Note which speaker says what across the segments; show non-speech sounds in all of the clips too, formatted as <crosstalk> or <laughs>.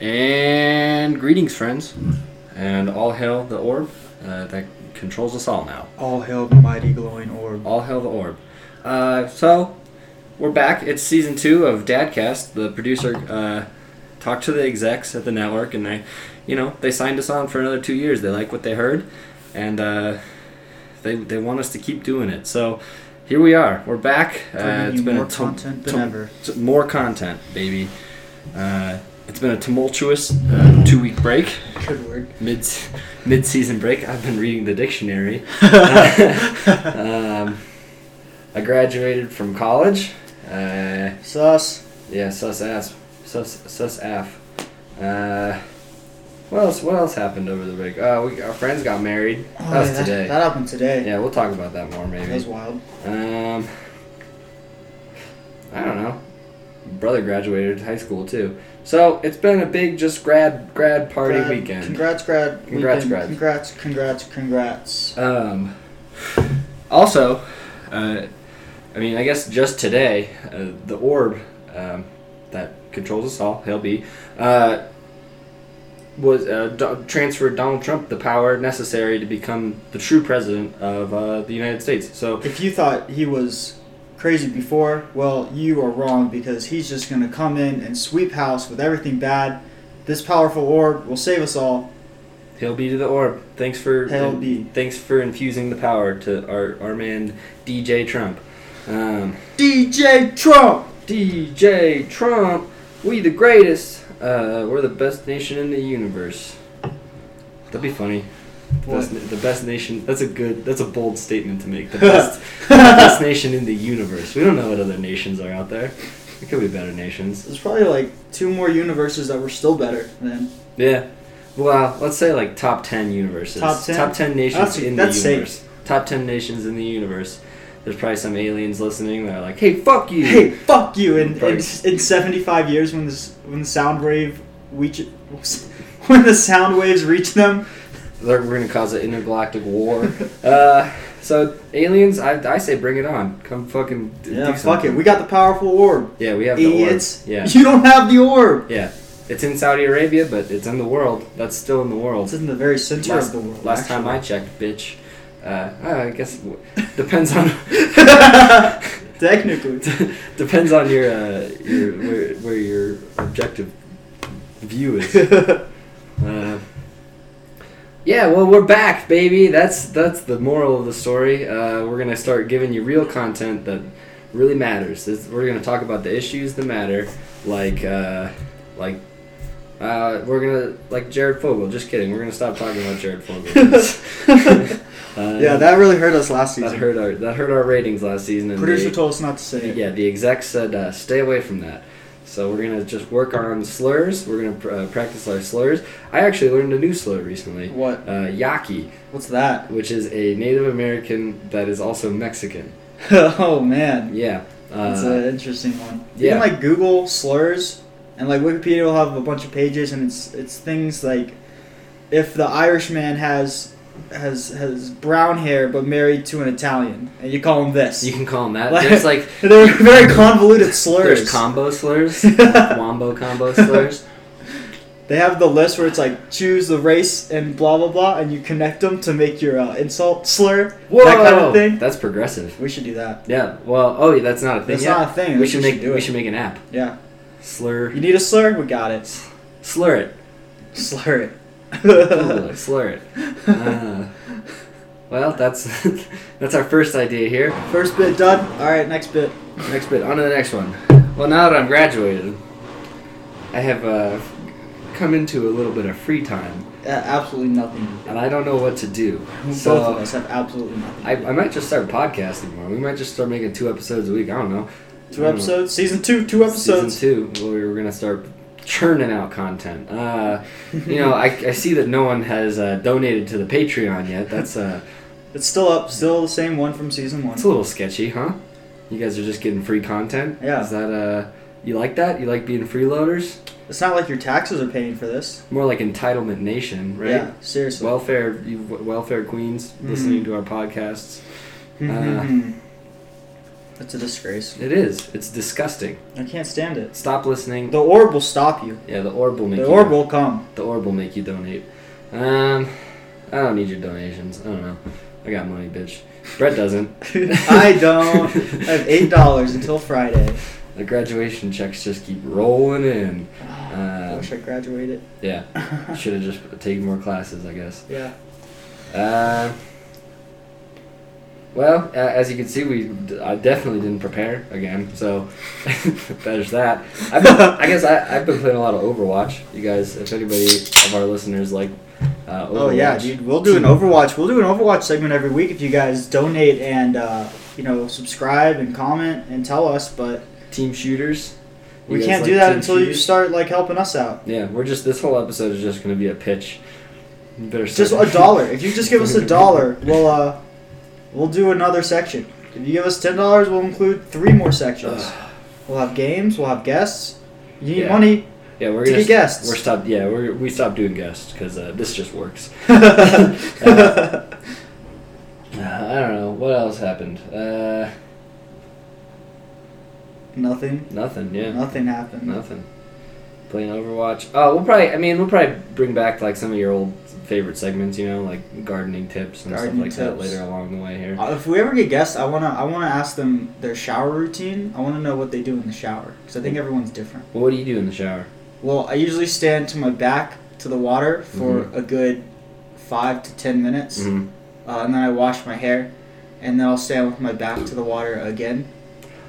Speaker 1: And greetings, friends, and all hail the orb uh, that controls us all now.
Speaker 2: All hail the mighty glowing orb.
Speaker 1: All hail the orb. Uh, so, we're back. It's season two of Dadcast. The producer uh, talked to the execs at the network, and they, you know, they signed us on for another two years. They like what they heard, and uh, they they want us to keep doing it. So, here we are. We're back. Uh,
Speaker 2: Bringing
Speaker 1: it's
Speaker 2: you
Speaker 1: been
Speaker 2: more
Speaker 1: a tum-
Speaker 2: content than
Speaker 1: tum-
Speaker 2: ever.
Speaker 1: t- more content, baby. Uh, it's been a tumultuous uh, two week break
Speaker 2: Good word.
Speaker 1: mid mid season break. I've been reading the
Speaker 2: <laughs>
Speaker 1: dictionary. um, I graduated from college. Uh,
Speaker 2: Sus.
Speaker 1: yeah, sus ass, sus sus af. Uh, what else? What else happened over the break? Uh, we, our friends got married.
Speaker 2: Oh,
Speaker 1: that was
Speaker 2: yeah, that,
Speaker 1: today.
Speaker 2: that happened today.
Speaker 1: yeah, we'll talk about that more maybe.
Speaker 2: That was wild.
Speaker 1: Um, I don't know. Brother graduated high school too, so it's been a big just grad grad party
Speaker 2: Grad-
Speaker 1: weekend.
Speaker 2: Congrats, grad.
Speaker 1: Congrats,
Speaker 2: weekend.
Speaker 1: grad.
Speaker 2: Congrats, congrats, congrats.
Speaker 1: Um, also, uh, I mean, I guess just today, uh, the orb um, that controls us all, Hail B, uh, was uh, do- transferred Donald Trump the power necessary to become the true president of uh, the United States. So,
Speaker 2: If you thought he was crazy before, well, you are wrong because he's just going to come in and sweep house with everything bad. This powerful orb will save us all.
Speaker 1: Hail B to the orb. Thanks for
Speaker 2: Hail B.
Speaker 1: thanks for infusing the power to our, our man DJ Trump. Um,
Speaker 2: DJ Trump!
Speaker 1: DJ Trump, we the greatest. Uh, we're the best nation in the universe. That'd be funny. The
Speaker 2: What?
Speaker 1: best, na- the best nation. That's a good. That's a bold statement to
Speaker 2: <laughs>
Speaker 1: make. The best, the best nation in the universe. We don't know what other nations are out there. There could be better nations.
Speaker 2: There's probably like two more universes that were still better than.
Speaker 1: Yeah. Well, let's say like top ten universes.
Speaker 2: Top 10?
Speaker 1: nations
Speaker 2: That's-
Speaker 1: in
Speaker 2: that's
Speaker 1: the
Speaker 2: safe.
Speaker 1: universe. Top ten nations in the universe. There's probably some aliens listening that are like, "Hey, fuck you."
Speaker 2: Hey, fuck you! In, in, in
Speaker 1: Right.
Speaker 2: 75 years, when this when the sound wave reach, <laughs> when the sound waves reach them,
Speaker 1: They're, we're gonna cause an intergalactic war. <laughs> uh, so aliens, I, I say bring it on. Come fucking d- do
Speaker 2: yeah, fuck
Speaker 1: something.
Speaker 2: it. We got the powerful orb,
Speaker 1: yeah, we have
Speaker 2: idiots.
Speaker 1: the orb. Yeah,
Speaker 2: <laughs> You don't have the orb.
Speaker 1: yeah. It's in Saudi Arabia, but it's in the world. That's still in the world.
Speaker 2: It's in the very center
Speaker 1: last,
Speaker 2: of the world.
Speaker 1: last time I checked, bitch. Uh, I guess w- depends on <laughs>
Speaker 2: time. <laughs> Technically,
Speaker 1: depends on your uh, your where, where your objective view is. Uh, yeah, well, we're back, baby. That's that's the moral of the story. Uh, we're gonna start giving you real content that really matters. This, we're gonna talk about the issues that matter, like uh, like uh, we're gonna like Jared Fogle. Just kidding. We're gonna stop talking about Jared
Speaker 2: <laughs>
Speaker 1: Fogle. uh,
Speaker 2: yeah, that really hurt us last
Speaker 1: that
Speaker 2: season.
Speaker 1: hurt our that hurt our ratings last season. And
Speaker 2: Producer
Speaker 1: they-
Speaker 2: told us not to say it.
Speaker 1: yeah, the exec said uh, stay away from that. So we're gonna just work on slurs. We're gonna pr- uh, practice our slurs. I actually learned a new slur recently.
Speaker 2: What?
Speaker 1: Uh, yaki,
Speaker 2: What's that? <laughs>
Speaker 1: which is a Native American that is also Mexican.
Speaker 2: oh man.
Speaker 1: Yeah.
Speaker 2: That's
Speaker 1: Uh,
Speaker 2: an interesting one.
Speaker 1: yeah.
Speaker 2: You can like Google slurs, and like Wikipedia will have a bunch of pages, and it's it's things like if the Irishman has has has brown hair but married to an Italian, and you call him this.
Speaker 1: you can call them that.
Speaker 2: Like-
Speaker 1: There's like
Speaker 2: <laughs> They're very convoluted
Speaker 1: <laughs>
Speaker 2: slurs.
Speaker 1: there's combo
Speaker 2: <laughs>
Speaker 1: slurs, wombo combo slurs.
Speaker 2: they have the list where it's like choose the race and blah blah blah, and you connect them to make your uh, insult slur. That kind
Speaker 1: Whoa!
Speaker 2: of thing.
Speaker 1: That's progressive.
Speaker 2: We should do that.
Speaker 1: Yeah. Well, oh, yeah, that's not a thing
Speaker 2: That's
Speaker 1: yet.
Speaker 2: not a thing.
Speaker 1: We, should make
Speaker 2: do
Speaker 1: we
Speaker 2: it.
Speaker 1: should make an app.
Speaker 2: Yeah. You
Speaker 1: Slur
Speaker 2: need a slur? We got it.
Speaker 1: slur
Speaker 2: <laughs>
Speaker 1: it.
Speaker 2: Slur
Speaker 1: Ooh,
Speaker 2: <laughs> it.
Speaker 1: slur it.
Speaker 2: <laughs>
Speaker 1: Uh, well, that's <laughs> that's our first idea here.
Speaker 2: First bit done. All right, next bit.
Speaker 1: Next bit, on to the next one. Well, now that I'm graduated, I have uh, come into a little bit of free time,
Speaker 2: Uh, absolutely nothing. to
Speaker 1: and I don't know what to do.
Speaker 2: do. Both of
Speaker 1: So
Speaker 2: us have absolutely nothing.
Speaker 1: I, I might just start podcasting more. We might just start making two episodes a week. I don't know. I
Speaker 2: Two
Speaker 1: don't know.
Speaker 2: episodes, season two, two episodes.
Speaker 1: Season two, where we were gonna start churning out content. Uh, you know, I, I see that no one has uh, donated to the Patreon yet. That's uh,
Speaker 2: It's still up, still the same one from season one.
Speaker 1: It's a little sketchy, huh? You guys are just getting free content.
Speaker 2: Yeah.
Speaker 1: Is that uh? You like that? You like being freeloaders?
Speaker 2: It's not like your taxes are paying for this.
Speaker 1: More like entitlement nation, right?
Speaker 2: Yeah, seriously.
Speaker 1: Welfare, you welfare queens,
Speaker 2: Mhm.
Speaker 1: listening to our podcasts. Uh,
Speaker 2: Mhm. It's a disgrace.
Speaker 1: It is. It's disgusting.
Speaker 2: I can't stand it.
Speaker 1: Stop listening.
Speaker 2: The orb will stop you.
Speaker 1: Yeah, the orb will make
Speaker 2: The
Speaker 1: you.
Speaker 2: orb will <laughs> come.
Speaker 1: The orb will make you donate. Um, I don't need your donations. I don't know. I got money, bitch. Brett doesn't.
Speaker 2: <laughs> I
Speaker 1: <laughs>
Speaker 2: don't. I have eight dollars until Friday.
Speaker 1: The graduation checks just keep rolling in. Uh,
Speaker 2: I wish I graduated. <laughs>
Speaker 1: Yeah, should have just taken more classes, I guess.
Speaker 2: yeah.
Speaker 1: Uh, well, a- as you can see, we d- I definitely didn't prepare again, so <laughs> there's that. I've been, I guess I, I've been playing a lot of Overwatch. You guys, if anybody of our listeners like uh, Overwatch,
Speaker 2: Oh yeah, dude. We'll do an Overwatch. We'll do an Overwatch segment every week if you guys donate and uh, you know subscribe and comment and tell us. But
Speaker 1: team shooters. You
Speaker 2: we
Speaker 1: guys
Speaker 2: can't
Speaker 1: like
Speaker 2: do that
Speaker 1: team
Speaker 2: until you
Speaker 1: shooters?
Speaker 2: start like helping us out.
Speaker 1: Yeah, we're just this whole episode is just gonna be a pitch. You better <laughs>
Speaker 2: Just
Speaker 1: start-
Speaker 2: a dollar. If you just give us a
Speaker 1: <laughs>
Speaker 2: dollar, we'll uh, we'll do another section. If you give us ten dollars, we'll include three more sections. We'll have games. We'll have guests. You need
Speaker 1: Yeah. <laughs>
Speaker 2: money. <laughs>
Speaker 1: yeah, we're
Speaker 2: to
Speaker 1: gonna
Speaker 2: be guests.
Speaker 1: We're stopped. Yeah, we're, we stopped doing guests because uh, this just works.
Speaker 2: yeah,
Speaker 1: Uh, I don't know what else happened. Uh,
Speaker 2: nothing.
Speaker 1: nothing. Yeah.
Speaker 2: Nothing happened.
Speaker 1: Nothing. Playing Overwatch. Oh, we'll probably. I mean, we'll probably bring back like some of your old favorite segments. You know, like gardening tips and
Speaker 2: Gardening
Speaker 1: stuff like that
Speaker 2: tips.
Speaker 1: later along the way here.
Speaker 2: Uh, If we ever get guests, I wanna I wanna ask them their shower routine. I wanna know what they do in the shower because I think everyone's different.
Speaker 1: Well, what do you do in the shower?
Speaker 2: Well, I usually stand to my back to the water for
Speaker 1: Mm-hmm.
Speaker 2: a good five to ten minutes,
Speaker 1: Mhm.
Speaker 2: uh, and then I wash my hair, and then I'll stand with my back to the water again.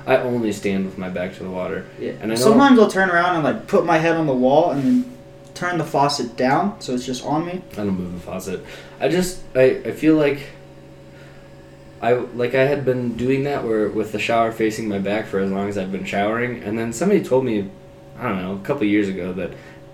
Speaker 1: I only stand with my back to the water.
Speaker 2: Yeah.
Speaker 1: And I know-
Speaker 2: Sometimes I'll turn around and like put my head on the wall and then turn the faucet down so it's just on me.
Speaker 1: I don't move the faucet. I just. I. I feel like. I like I had been doing that where with the shower facing my back for as long as I've been showering, and then somebody told me, I don't know, a couple years ago that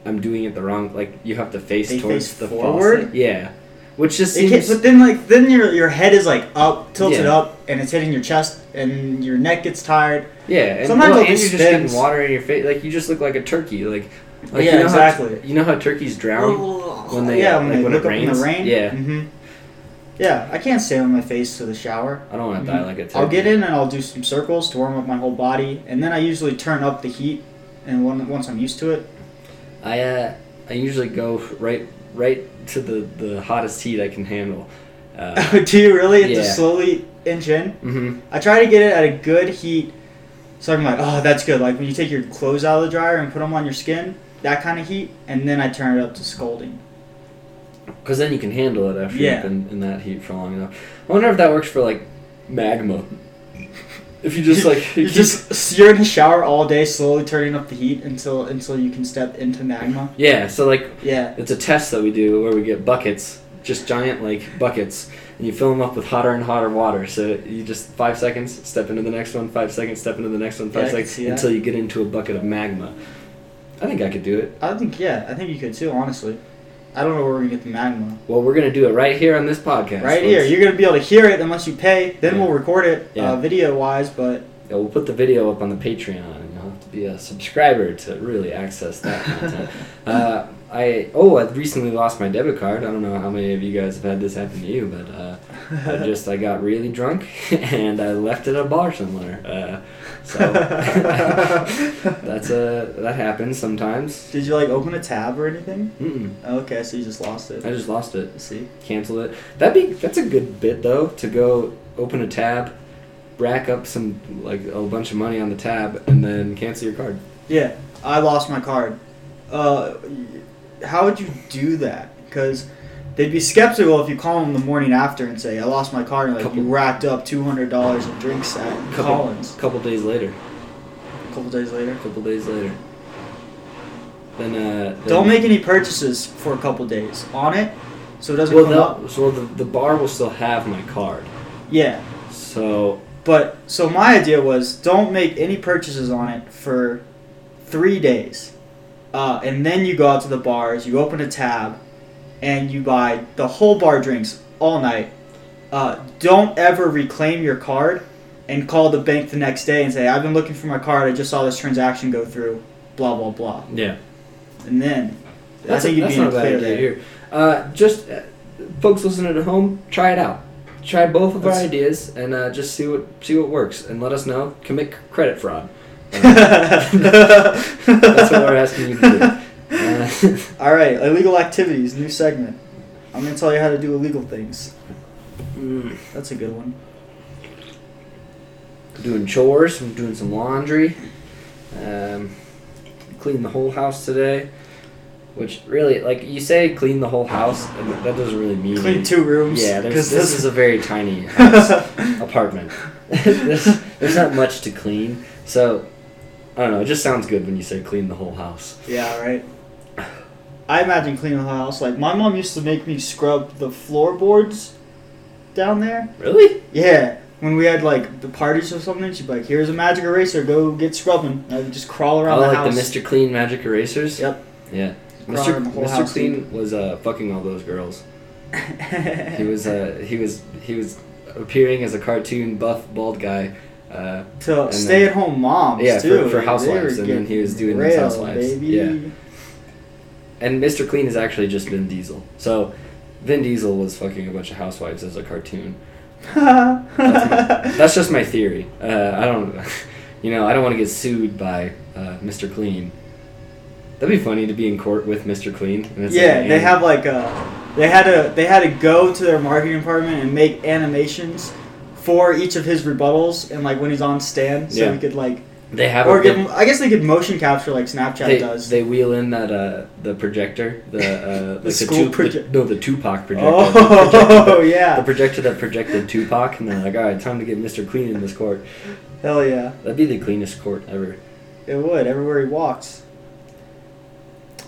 Speaker 1: I'm doing it the wrong. Like you have to face
Speaker 2: They
Speaker 1: towards
Speaker 2: face
Speaker 1: the
Speaker 2: forward?
Speaker 1: faucet. Yeah, which just
Speaker 2: It
Speaker 1: seems.
Speaker 2: can't, but then like then your your head is like up, tilted
Speaker 1: Yeah.
Speaker 2: up, and it's hitting your chest, and your neck gets tired.
Speaker 1: Yeah, and,
Speaker 2: Sometimes
Speaker 1: well,
Speaker 2: I'll
Speaker 1: and
Speaker 2: do
Speaker 1: you're just getting
Speaker 2: spins.
Speaker 1: water in your face. Like you just look like a turkey. Like, like
Speaker 2: Yeah,
Speaker 1: you know
Speaker 2: exactly.
Speaker 1: How, you know how turkeys drown. when they-
Speaker 2: yeah,
Speaker 1: like
Speaker 2: when
Speaker 1: when
Speaker 2: they
Speaker 1: it
Speaker 2: look up in the
Speaker 1: rains?
Speaker 2: rain.
Speaker 1: Yeah.
Speaker 2: hmm Yeah, I can't stay on my face to the shower.
Speaker 1: I don't want to die like a turkey.
Speaker 2: Mm-hmm. I'll get in and I'll do some circles to warm up my whole body, and then I usually turn up the heat. And one, once I'm used to it,
Speaker 1: I uh, I usually go right right to the the hottest heat I can handle.
Speaker 2: <laughs>
Speaker 1: Uh,
Speaker 2: do you really have to
Speaker 1: Yeah.
Speaker 2: slowly inch in?
Speaker 1: hmm
Speaker 2: I try to get it at a good heat, so I'm like, oh, that's good. Like when you take your clothes out of the dryer and put them on your skin, that kind of heat, and then I turn it up to scalding.
Speaker 1: Because then you can handle it after
Speaker 2: Yeah.
Speaker 1: you've been in that heat for long enough. I wonder if that works for like magma. If <laughs> you just like
Speaker 2: <laughs> you just you're in the shower all day, slowly turning up the heat until until you can step into magma.
Speaker 1: yeah, so like
Speaker 2: Yeah.
Speaker 1: It's a test that we do where we get buckets, just giant like buckets, and you fill them up with hotter and hotter water. So you just five seconds, step into the next one, five seconds, step into the next one,
Speaker 2: Yeah, I
Speaker 1: five
Speaker 2: can
Speaker 1: seconds,
Speaker 2: see that.
Speaker 1: until you get into a bucket of magma. I think I could do it.
Speaker 2: I think yeah, I think you could too. Honestly, I don't know where we're gonna get the magma.
Speaker 1: Well, we're gonna do it right here on this podcast.
Speaker 2: right here,
Speaker 1: Let's-
Speaker 2: you're gonna be able to hear it unless you pay. Then
Speaker 1: Yeah.
Speaker 2: we'll record it
Speaker 1: Yeah.
Speaker 2: uh, video wise, but
Speaker 1: Yeah, we'll put the video up on the Patreon, and you'll have to be a subscriber to really access that
Speaker 2: <laughs>
Speaker 1: content. uh, I oh, I recently lost my debit card. I don't know how many of you guys have had this happen to you, but. Uh, I
Speaker 2: <laughs>
Speaker 1: just I got really drunk <laughs> and I left at a bar somewhere. Uh,
Speaker 2: <laughs>
Speaker 1: so <laughs> that's a that happens sometimes.
Speaker 2: did you like open a tab or anything?
Speaker 1: Mm-mm.
Speaker 2: Okay, so you just lost it.
Speaker 1: I just lost it,
Speaker 2: see.
Speaker 1: canceled it. That'd be that's a good bit though to go open a tab, rack up some like a bunch of money on the tab, and then cancel your card.
Speaker 2: Yeah, I lost my card. Uh, how would you do that? Because they'd be skeptical if you call them the morning after and say, "I lost my card," and like
Speaker 1: Couple-
Speaker 2: you racked up two hundred dollars in drinks at Collins.
Speaker 1: A couple days later.
Speaker 2: A couple days later,
Speaker 1: A couple days later. Then uh. Then,
Speaker 2: don't make any purchases for a couple days on it, so it doesn't
Speaker 1: Well,
Speaker 2: come up.
Speaker 1: they'll- so the, the bar will still have my card.
Speaker 2: Yeah,
Speaker 1: So
Speaker 2: but so my idea was don't make any purchases on it for three days, uh, and then you go out to the bars, you open a tab, and you buy the whole bar drinks all night. uh, don't ever reclaim your card and call the bank the next day and say, I've been looking for my card. I just saw this transaction go through. Blah, blah, blah.
Speaker 1: Yeah.
Speaker 2: And then
Speaker 1: That's,
Speaker 2: I
Speaker 1: a,
Speaker 2: think you'd
Speaker 1: that's
Speaker 2: be in
Speaker 1: not a
Speaker 2: the
Speaker 1: bad
Speaker 2: clear
Speaker 1: idea
Speaker 2: there.
Speaker 1: here. Uh, just uh, folks listening at home, try it out. Try both of our
Speaker 2: That's-
Speaker 1: ideas and uh, just see what see what works, and let us know. Commit c- credit
Speaker 2: <laughs>
Speaker 1: fraud. Uh,
Speaker 2: That's
Speaker 1: that's what we're asking you to do. Uh,
Speaker 2: <laughs>
Speaker 1: <laughs>
Speaker 2: All right, illegal activities, new segment. I'm gonna tell you how to do illegal things.
Speaker 1: mm,
Speaker 2: That's a good one.
Speaker 1: doing chores, I'm doing some laundry. Um, cleaned the whole house today, which really, like you say, clean the whole house, and that doesn't really mean
Speaker 2: Clean two rooms.
Speaker 1: Yeah, there's,
Speaker 2: 'cause
Speaker 1: this is a very
Speaker 2: <laughs>
Speaker 1: tiny house. apartment. <laughs> there's, there's not much to clean, so I don't know. It just sounds good when you say clean the whole house.
Speaker 2: yeah, right. I imagine cleaning the house. Like my mom used to make me scrub the floorboards down there.
Speaker 1: Really?
Speaker 2: Yeah, when we had like the parties or something, she'd be like, "Here's a magic eraser. Go get scrubbing." I would just crawl
Speaker 1: Oh,
Speaker 2: around the
Speaker 1: like
Speaker 2: house.
Speaker 1: the Mr. Clean magic erasers.
Speaker 2: Yep.
Speaker 1: Yeah.
Speaker 2: Around
Speaker 1: Mr.
Speaker 2: the whole
Speaker 1: Mr.
Speaker 2: house.
Speaker 1: Clean was uh, fucking all those girls.
Speaker 2: <laughs>
Speaker 1: He was uh, he was he was appearing as a cartoon buff bald guy. Uh,
Speaker 2: to
Speaker 1: and
Speaker 2: stay at home moms
Speaker 1: Yeah, for-
Speaker 2: too.
Speaker 1: for
Speaker 2: They
Speaker 1: housewives,
Speaker 2: were
Speaker 1: and then he was
Speaker 2: getting
Speaker 1: doing these
Speaker 2: railed,
Speaker 1: housewives.
Speaker 2: Baby.
Speaker 1: Yeah. and Mr. Clean is actually just Vin Diesel. So Vin Diesel was fucking a bunch of housewives as a cartoon. <laughs>
Speaker 2: <laughs>
Speaker 1: That's, my, that's just my theory. Uh, I don't, <laughs> you know, I don't want to get sued by uh, Mr. Clean. That'd be funny to be in court with Mr. Clean. And it's like
Speaker 2: yeah,
Speaker 1: an
Speaker 2: they
Speaker 1: anim-
Speaker 2: have like a they had to they had to go to their marketing department and make animations for each of his rebuttals and like when he's on stand, so
Speaker 1: Yeah.
Speaker 2: we could like
Speaker 1: They have.
Speaker 2: or
Speaker 1: a,
Speaker 2: give him, I guess they could motion capture like Snapchat
Speaker 1: they,
Speaker 2: does.
Speaker 1: they wheel in that uh, the projector, the
Speaker 2: <laughs>
Speaker 1: uh, like Tu-
Speaker 2: school proje-
Speaker 1: no, the Tupac projector. The
Speaker 2: oh
Speaker 1: <laughs> projector- The
Speaker 2: <laughs> yeah,
Speaker 1: projector that projected Tupac, and they're like, "All right, time to get Mr. Clean in this court."
Speaker 2: hell yeah,
Speaker 1: That'd be the cleanest court ever.
Speaker 2: it would everywhere he walks.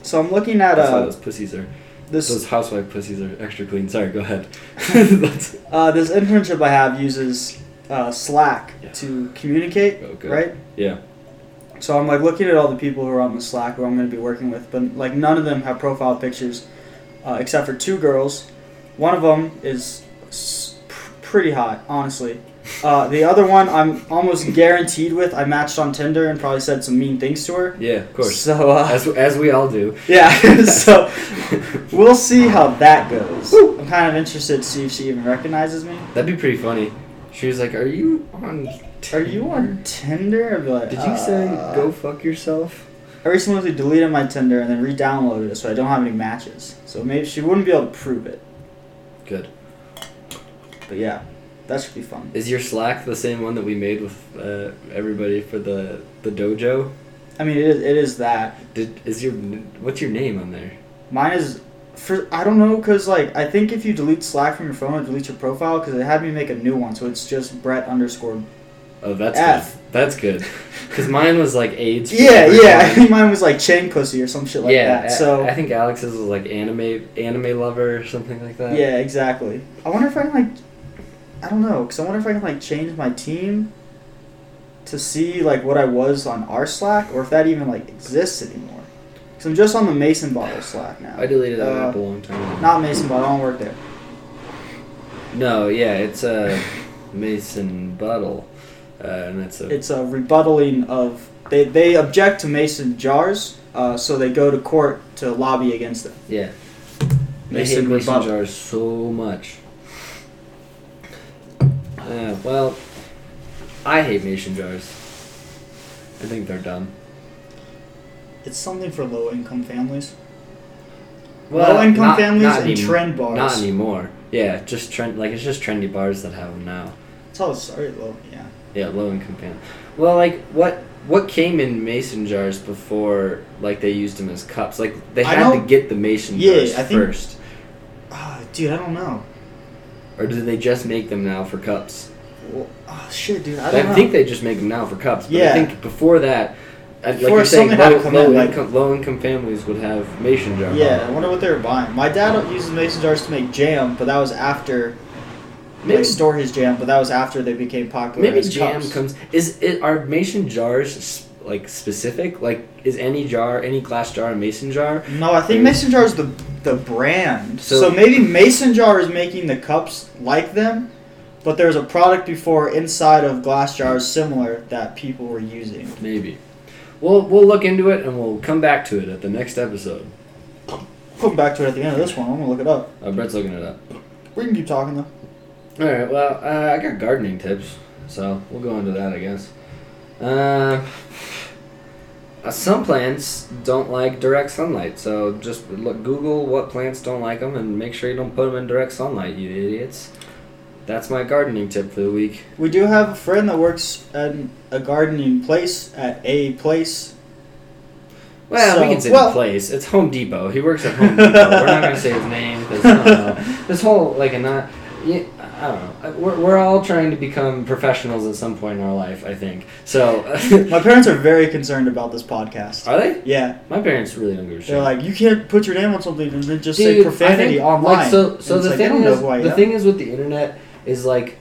Speaker 2: So I'm looking at
Speaker 1: That's why
Speaker 2: uh,
Speaker 1: those pussies are.
Speaker 2: this
Speaker 1: Those housewife pussies are extra clean. Sorry, go
Speaker 2: <laughs>
Speaker 1: ahead. That's-
Speaker 2: Uh, this internship I have uses uh, Slack to communicate,
Speaker 1: Oh, good.
Speaker 2: right?
Speaker 1: yeah.
Speaker 2: So I'm like looking at all the people who are on the Slack who I'm going to be working with, but like none of them have profile pictures, uh, except for two girls. One of them is s- pr- pretty hot, honestly. Uh, the other one I'm almost guaranteed with. I matched on Tinder and probably said some mean things to her.
Speaker 1: Yeah. Of course.
Speaker 2: So uh,
Speaker 1: as, as we all do.
Speaker 2: yeah, <laughs> so <laughs> we'll see how that goes. I'm kind of interested to see if she even recognizes me.
Speaker 1: <laughs> That'd be pretty funny. She was like, "Are you on?
Speaker 2: Are you on Tinder? I'd be like,
Speaker 1: Did you say
Speaker 2: uh,
Speaker 1: go fuck yourself?"
Speaker 2: I recently deleted my Tinder and then re-downloaded it, so I don't have any matches. So maybe she wouldn't be able to prove it.
Speaker 1: Good.
Speaker 2: But yeah, that should be fun.
Speaker 1: Is your Slack the same one that we made with uh, everybody for the the dojo?
Speaker 2: I mean, it is, it is that.
Speaker 1: Did is your what's your name on there?
Speaker 2: Mine is for I don't know because like I think if you delete Slack from your phone, it deletes your profile because it had me make a new one, so it's just Brett underscore.
Speaker 1: Oh, that's
Speaker 2: F.
Speaker 1: good. That's
Speaker 2: <laughs>
Speaker 1: good. Cause mine was like AIDS. for
Speaker 2: Yeah,
Speaker 1: everyone.
Speaker 2: yeah. I think <laughs> mine was like chain pussy or some shit like
Speaker 1: yeah.
Speaker 2: that.
Speaker 1: I-
Speaker 2: So
Speaker 1: I think Alex's was like anime anime lover or something like that.
Speaker 2: yeah, exactly. I wonder if I can like, I don't know, because I wonder if I can like change my team to see like what I was on our Slack, or if that even like exists anymore. Because I'm just on the Mason bottle Slack now.
Speaker 1: I deleted that
Speaker 2: Uh,
Speaker 1: app a long time ago.
Speaker 2: Not Mason bottle. I don't work there.
Speaker 1: No, yeah, it's uh, Mason Buttle, uh, and it's a
Speaker 2: It's a rebuttaling of they they object to Mason jars, uh, so they go to court to lobby against them.
Speaker 1: Yeah. They
Speaker 2: Mason
Speaker 1: hate mason
Speaker 2: rebuttal.
Speaker 1: jars so much. Uh, well, I hate mason jars. I think they're dumb.
Speaker 2: It's something for low income families.
Speaker 1: Well,
Speaker 2: Low-income
Speaker 1: not-
Speaker 2: families
Speaker 1: not
Speaker 2: and
Speaker 1: anym-
Speaker 2: trend bars.
Speaker 1: Not anymore. Yeah, just trend like it's just trendy bars that have them now.
Speaker 2: It's all sorry low. Yeah.
Speaker 1: Yeah, low income family. Well, like what what came in mason jars before like they used them as cups? Like they
Speaker 2: I
Speaker 1: had to
Speaker 2: don't-
Speaker 1: get the mason
Speaker 2: Yeah,
Speaker 1: jars
Speaker 2: I think-
Speaker 1: first,
Speaker 2: Ah, dude, I don't know.
Speaker 1: or do they just make them now for cups?
Speaker 2: Well, oh shit, dude, I
Speaker 1: I,
Speaker 2: don't know.
Speaker 1: think they just make them now for cups. But I
Speaker 2: Yeah.
Speaker 1: think before that, I- like
Speaker 2: Before
Speaker 1: you're saying,
Speaker 2: someone had
Speaker 1: low,
Speaker 2: to come
Speaker 1: low,
Speaker 2: in, like-
Speaker 1: income, low income families would have mason jars.
Speaker 2: Yeah, I wonder what they were buying. My dad uses mason jars to make jam, but that was after
Speaker 1: Maybe-
Speaker 2: like store his jam, but that was after they became popular.
Speaker 1: Maybe
Speaker 2: as
Speaker 1: jam
Speaker 2: cups.
Speaker 1: comes. Is it are mason jars s- like specific? Like is any jar, any glass jar, a mason jar?
Speaker 2: No, I think mason jars the the brand.
Speaker 1: So-
Speaker 2: So, maybe Mason Jar is making the cups like them, but there's a product before inside of glass jars similar that people were using.
Speaker 1: Maybe. We'll we'll look into it and we'll come back to it at the next episode.
Speaker 2: Come back to it at the end of this one. I'm gonna look it up.
Speaker 1: Uh, Brett's looking it up.
Speaker 2: We can keep talking though.
Speaker 1: All right. Well, uh, I got gardening tips, so we'll go into that, I guess. Uh, uh, some plants don't like direct sunlight, so just look, Google what plants don't like them, and make sure you don't put them in direct sunlight, you idiots. That's my gardening tip for the week.
Speaker 2: We do have a friend that works at a gardening place at a place.
Speaker 1: Well, we
Speaker 2: So-
Speaker 1: can say
Speaker 2: well-
Speaker 1: the place. It's Home Depot. He works at Home Depot. We're not gonna say his name uh, because
Speaker 2: <laughs>
Speaker 1: this whole like a not. Yeah, I don't know. We're, we're all trying to become professionals at some point in our life, I think. So, <laughs>
Speaker 2: My parents are very concerned about this podcast.
Speaker 1: are they?
Speaker 2: Yeah,
Speaker 1: My parents really don't give a shit.
Speaker 2: they're like, you can't put your name on something and then just say
Speaker 1: Dude, I
Speaker 2: profanity
Speaker 1: think,
Speaker 2: online.
Speaker 1: Like, so,
Speaker 2: And
Speaker 1: so
Speaker 2: it's
Speaker 1: the
Speaker 2: like, they
Speaker 1: thing
Speaker 2: don't know
Speaker 1: is,
Speaker 2: who I
Speaker 1: the
Speaker 2: am.
Speaker 1: thing is with the internet is like,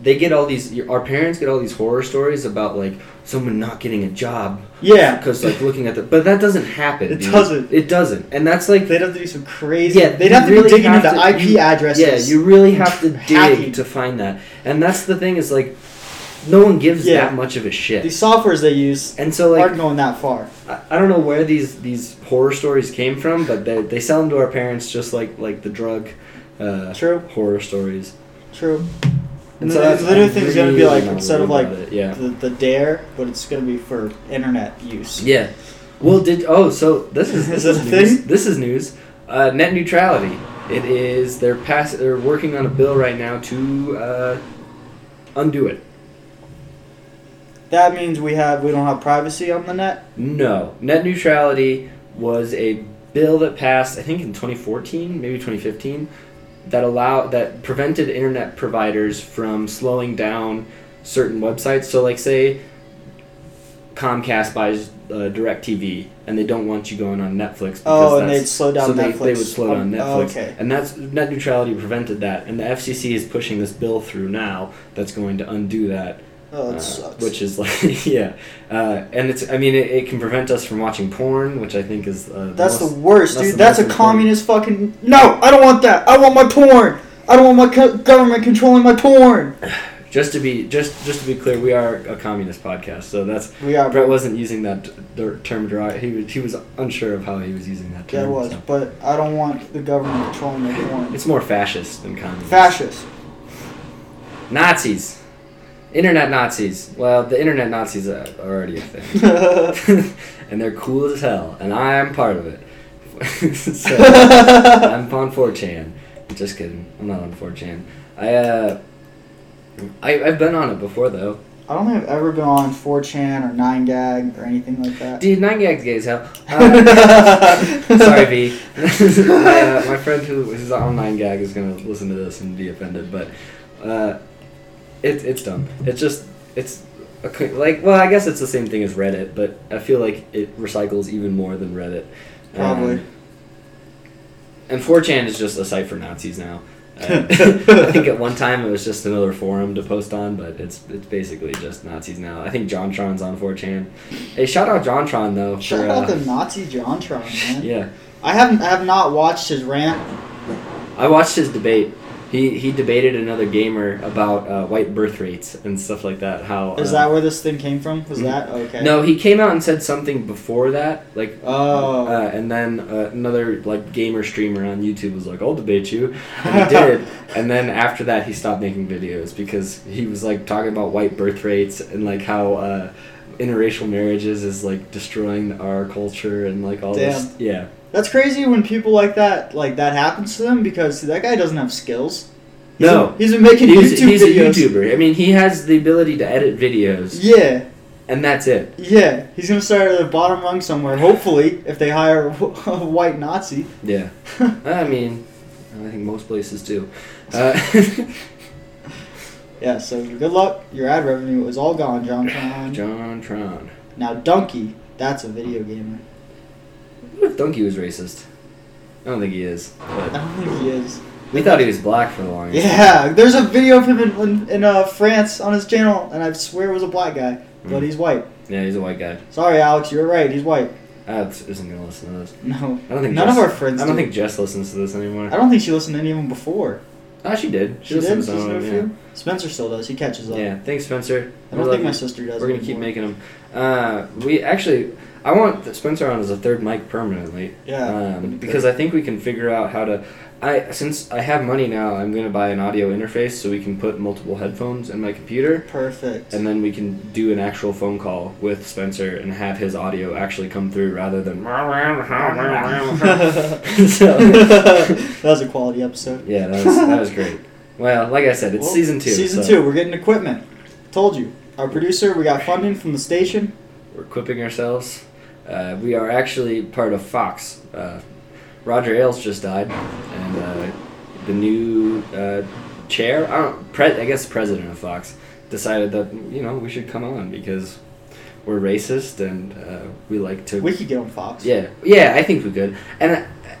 Speaker 1: they get all these. Your, our parents get all these horror stories about like someone not getting a job
Speaker 2: yeah,
Speaker 1: because like looking at the. But that doesn't happen.
Speaker 2: It
Speaker 1: dude.
Speaker 2: doesn't.
Speaker 1: It doesn't, and that's like.
Speaker 2: They'd have to do some crazy.
Speaker 1: Yeah,
Speaker 2: they'd
Speaker 1: you
Speaker 2: have to
Speaker 1: really
Speaker 2: be digging
Speaker 1: have
Speaker 2: into
Speaker 1: to-
Speaker 2: IP
Speaker 1: you-
Speaker 2: addresses.
Speaker 1: Yeah, you really have to
Speaker 2: Hacking.
Speaker 1: dig to find that, and that's the thing is like, no one gives
Speaker 2: Yeah.
Speaker 1: that much of a shit.
Speaker 2: These softwares they use
Speaker 1: and so like,
Speaker 2: aren't going that far.
Speaker 1: I I don't know where these these horror stories came from, but they they sell them to our parents just like like the drug uh,
Speaker 2: True.
Speaker 1: horror stories.
Speaker 2: True. And
Speaker 1: so
Speaker 2: the
Speaker 1: that's-
Speaker 2: literal
Speaker 1: I'm
Speaker 2: thing's gonna be like
Speaker 1: really
Speaker 2: instead of
Speaker 1: worried
Speaker 2: like
Speaker 1: about it, yeah
Speaker 2: the, the dare, but it's gonna be for internet use.
Speaker 1: yeah. Well, did oh so this is this
Speaker 2: <laughs> Is
Speaker 1: is,
Speaker 2: that a
Speaker 1: news.
Speaker 2: thing?
Speaker 1: This is news. Uh, net neutrality. It is they're pass they're working on a bill right now to uh, undo it.
Speaker 2: That means we have we don't have privacy on the net.
Speaker 1: No, net neutrality was a bill that passed, I think, in 2014, maybe 2015, that allow that prevented internet providers from slowing down certain websites. So, like, say Comcast buys uh, Directv, and they don't want you going on Netflix. Because
Speaker 2: Oh, and
Speaker 1: that's-
Speaker 2: they'd slow down
Speaker 1: so they,
Speaker 2: Netflix.
Speaker 1: they would slow down
Speaker 2: Oh,
Speaker 1: Netflix.
Speaker 2: okay.
Speaker 1: And that's net neutrality prevented that, and the FCC is pushing this bill through now that's going to undo that
Speaker 2: Oh, that
Speaker 1: uh,
Speaker 2: sucks.
Speaker 1: which is <laughs> like yeah uh, and it's i mean it, it can prevent us from watching porn which i think is uh,
Speaker 2: that's
Speaker 1: most-
Speaker 2: the worst,
Speaker 1: that's
Speaker 2: dude.
Speaker 1: the
Speaker 2: that's a
Speaker 1: most important-
Speaker 2: communist fucking. No, I don't want that. I want my porn. I don't want my co- government controlling my porn.
Speaker 1: just to be just just to be clear we are a communist podcast so that's
Speaker 2: We are.
Speaker 1: brett wasn't using that d- der- term derog- he was, he was unsure of how he was using that term
Speaker 2: Yeah, it was,
Speaker 1: so.
Speaker 2: but I don't want the government controlling my porn.
Speaker 1: it's more fascist than communist <laughs>
Speaker 2: Fascist.
Speaker 1: nazis internet nazis well the internet nazis are are already a thing
Speaker 2: <laughs>
Speaker 1: <laughs> and they're cool as hell and i am part of it <laughs>
Speaker 2: <laughs>
Speaker 1: so I'm on 4chan. Just kidding. I'm not on 4chan. I uh, I I've been on it before though.
Speaker 2: I don't think I've ever been on 4chan or 9gag or anything like that.
Speaker 1: Dude, nine gags gay as hell.
Speaker 2: <laughs>
Speaker 1: Uh, sorry, V. <laughs> my, uh, my friend who is on nine gag is gonna listen to this and be offended, but uh, it, it's dumb. It's just it's a, co- like well, I guess it's the same thing as Reddit, but I feel like it recycles even more than Reddit. Um,
Speaker 2: Probably.
Speaker 1: and 4chan is just a site for Nazis now.
Speaker 2: <laughs>
Speaker 1: Uh, <laughs> I think at one time it was just another forum to post on, but it's it's basically just Nazis now. I think JonTron's on 4chan. Hey, shout out JonTron though. for,
Speaker 2: Shout out
Speaker 1: uh,
Speaker 2: the Nazi Jontron, man.
Speaker 1: yeah,
Speaker 2: I haven't I have not watched his rant.
Speaker 1: I watched his debate. He he debated another gamer about uh, white birth rates and stuff like that. How
Speaker 2: Is
Speaker 1: uh,
Speaker 2: that where this thing came from? Was
Speaker 1: Mm.
Speaker 2: that okay?
Speaker 1: No, he came out and said something before that, like
Speaker 2: Oh.
Speaker 1: uh, and then uh, another like gamer streamer on YouTube was like, "I'll debate you," and he
Speaker 2: <laughs>
Speaker 1: did. And then after that, he stopped making videos because he was like talking about white birth rates and like how uh, interracial marriages is like destroying our culture and like all this. Yeah,
Speaker 2: That's crazy when people like that like that happens to them because that guy doesn't have skills. He's
Speaker 1: No.
Speaker 2: been- he's been making
Speaker 1: he's,
Speaker 2: YouTube
Speaker 1: he's a
Speaker 2: videos.
Speaker 1: YouTuber. I mean, he has the ability to edit videos,
Speaker 2: Yeah,
Speaker 1: and that's it.
Speaker 2: yeah. He's gonna start at the bottom rung somewhere. Hopefully, if they hire <laughs> a white Nazi. <laughs>
Speaker 1: Yeah, I mean, I think most places do.
Speaker 2: <laughs>
Speaker 1: Uh,
Speaker 2: yeah. So good luck. Your ad revenue is all gone, John. Prine.
Speaker 1: John Tron.
Speaker 2: Now, Donkey, that's a video gamer. <laughs>
Speaker 1: What if Donkey was racist? I don't think he is.
Speaker 2: I
Speaker 1: But
Speaker 2: don't think he is.
Speaker 1: we thought he was black for the longest.
Speaker 2: Yeah, there's a video of him in, in, in uh, France on his channel, and I swear it was a black guy, but
Speaker 1: Mm.
Speaker 2: he's white.
Speaker 1: Yeah, he's a white guy.
Speaker 2: Sorry, Alex, you were right. He's white.
Speaker 1: Abs isn't gonna listen to this.
Speaker 2: No.
Speaker 1: I don't think
Speaker 2: None
Speaker 1: Jess-
Speaker 2: of our friends
Speaker 1: I don't
Speaker 2: do.
Speaker 1: think Jess listens to this anymore.
Speaker 2: I don't think she listened to any of them before.
Speaker 1: Oh, she did. She,
Speaker 2: She did?
Speaker 1: listened
Speaker 2: She's
Speaker 1: to some
Speaker 2: done a
Speaker 1: of them.
Speaker 2: few? Spencer still does. He catches
Speaker 1: Yeah.
Speaker 2: up.
Speaker 1: yeah. Thanks, Spencer.
Speaker 2: I
Speaker 1: We
Speaker 2: don't
Speaker 1: love
Speaker 2: think my
Speaker 1: you.
Speaker 2: sister does.
Speaker 1: We're gonna keep
Speaker 2: anymore.
Speaker 1: making them. Uh, we actually, I want the Spencer on as a third mic permanently.
Speaker 2: Yeah.
Speaker 1: Um, because I think we can figure out how to. I since I have money now, I'm gonna buy an audio interface so we can put multiple headphones in my computer,
Speaker 2: Perfect. <laughs>
Speaker 1: and then we can do an actual phone call with Spencer and have his audio actually come through rather than.
Speaker 2: <laughs>
Speaker 1: so,
Speaker 2: that was a quality episode.
Speaker 1: yeah, that was that was
Speaker 2: <laughs>
Speaker 1: great. Well, like I said, it's
Speaker 2: Well,
Speaker 1: season two.
Speaker 2: Season
Speaker 1: so
Speaker 2: two. We're getting equipment. Told you. Our producer. We got funding from the station.
Speaker 1: We're equipping ourselves. Uh, we are actually part of Fox. Uh, Roger Ailes just died, and uh, the new uh, chair, I, don't, pre- I guess president of Fox, decided that you know we should come on because we're racist and uh, we like to.
Speaker 2: We could get on Fox.
Speaker 1: yeah, yeah, I think we could, and uh,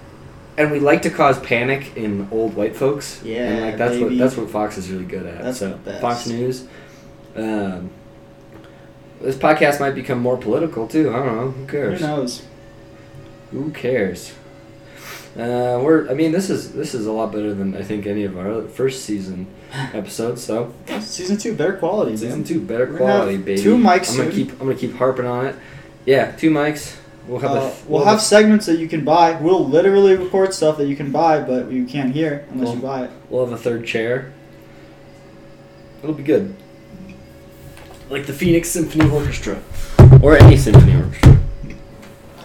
Speaker 1: and we like to cause panic in old white folks. and
Speaker 2: Yeah,
Speaker 1: like that's
Speaker 2: baby.
Speaker 1: what that's what Fox is really good at.
Speaker 2: That's
Speaker 1: so
Speaker 2: the best.
Speaker 1: Fox News. Um, this podcast might become more political too. I don't know. Who
Speaker 2: Who
Speaker 1: cares?
Speaker 2: knows?
Speaker 1: Who cares? Uh, we're. I mean, this is this is a lot better than I think any of our other first
Speaker 2: <laughs>
Speaker 1: season episodes. So
Speaker 2: Season two. Better quality.
Speaker 1: season
Speaker 2: man.
Speaker 1: two, better
Speaker 2: We're gonna have
Speaker 1: quality, baby.
Speaker 2: two mics
Speaker 1: I'm gonna
Speaker 2: soon.
Speaker 1: keep. I'm gonna keep harping on it. Yeah, two mics. We'll have. the,
Speaker 2: Uh,
Speaker 1: f-
Speaker 2: we'll have segments that you can buy. We'll literally record stuff that you can buy, but you can't hear unless you buy it.
Speaker 1: the- we'll have a third chair. It'll be good. Like the Phoenix Symphony Orchestra, or any symphony orchestra.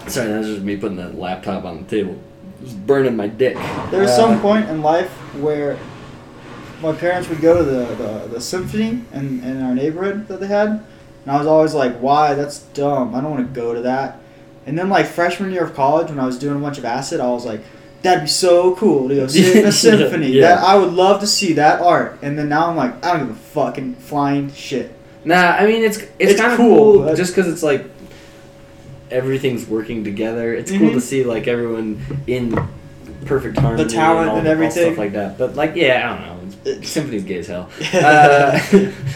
Speaker 1: Sorry, that was just me putting that laptop on the table. Just burning my dick.
Speaker 2: There was
Speaker 1: Uh,
Speaker 2: some point in life where my parents would go to the, the, the symphony in, in our neighborhood that they had. And I was always like, why? That's dumb. I don't want to go to that. And then, like, freshman year of college, when I was doing a bunch of acid, I was like, that'd be so
Speaker 1: <laughs>
Speaker 2: cool to go sit in
Speaker 1: Yeah,
Speaker 2: a symphony.
Speaker 1: yeah.
Speaker 2: That I would love to see that art. And then now I'm like, I don't give a fucking flying shit.
Speaker 1: <laughs> Nah, I mean it's it's,
Speaker 2: It's
Speaker 1: kind of
Speaker 2: cool,
Speaker 1: cool,
Speaker 2: but-
Speaker 1: just because it's like everything's working together. It's cool
Speaker 2: Mhm.
Speaker 1: to see like everyone in perfect harmony,
Speaker 2: talent
Speaker 1: all-
Speaker 2: and
Speaker 1: all
Speaker 2: everything.
Speaker 1: stuff like that. But like, yeah, I don't know. It's, symphony's gay as hell. Uh,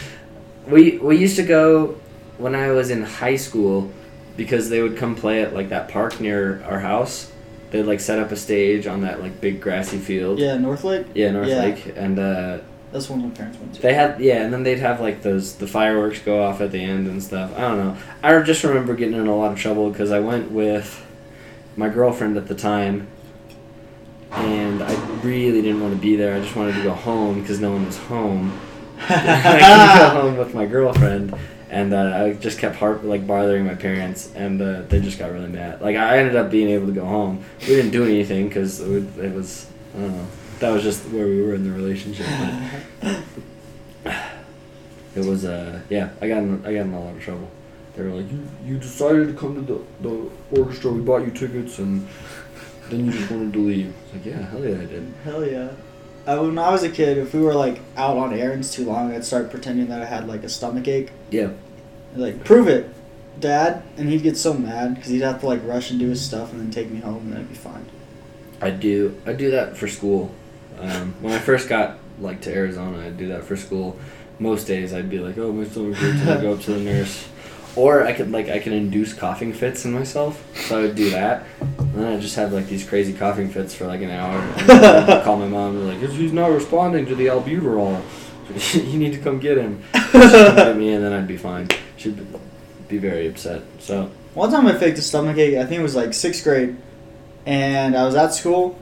Speaker 1: <laughs> we we used to go when I was in high school because they would come play at like that park near our house. They'd like set up a stage on that like big grassy field.
Speaker 2: <laughs> yeah, North Lake?
Speaker 1: Yeah, North
Speaker 2: Yeah.
Speaker 1: Lake, and uh,
Speaker 2: That's one my parents went to.
Speaker 1: they had yeah, and then they'd have like those the fireworks go off at the end and stuff. I don't know. I just remember getting in a lot of trouble because I went with my girlfriend at the time, and I really didn't want to be there. I just wanted to go home because no one was home. I couldn't
Speaker 2: Ah.
Speaker 1: go home with my girlfriend, and uh, I just kept harp like bothering my parents, and uh, they just got really mad. Like I ended up being able to go home. We didn't do anything because it, would- it was I don't know. That was just where we were in the relationship. but-
Speaker 2: <laughs>
Speaker 1: <laughs> it was uh yeah, I got in I got in a lot of trouble. They were like, You you decided to come to the, the orchestra, we bought you tickets and then you just wanted to leave. It's like, yeah, hell yeah I did.
Speaker 2: Hell yeah. I, when I was a kid, if we were like out on errands too long, I'd start pretending that I had like a stomach ache.
Speaker 1: Yeah.
Speaker 2: Like, prove it, dad. And he'd get so mad because he'd have to like rush and do his stuff and then take me home and then it'd be fine.
Speaker 1: I do I do that for school. Um, when I first got like to Arizona I'd do that for school. Most days I'd be like, Oh my stomach hurts and I'd go up to the nurse. Or I could like I can induce coughing fits in myself. So I would do that. And then I just have like these crazy coughing fits for like an hour. And then I'd call my mom and be like, he's not responding to the albuterol. <laughs> you need to come get him. She'd get me and then I'd be fine. She'd be- be very upset. So
Speaker 2: One time I faked a stomach ache, I think it was like sixth grade, and I was at school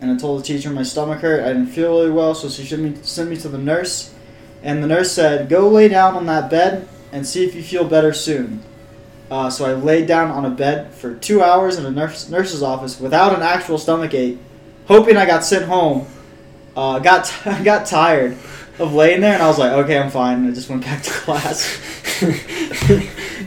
Speaker 2: and I told the teacher my stomach hurt. I didn't feel really well, so she sent me, sent me to the nurse. And the nurse said, Go lay down on that bed and see if you feel better soon. Uh, so I laid down on a bed for two hours in a nurse, nurse's office without an actual stomach ache, hoping I got sent home. Uh, got t- <laughs> I got tired of laying there, and I was like, okay, I'm fine. And I just went back to <laughs> class.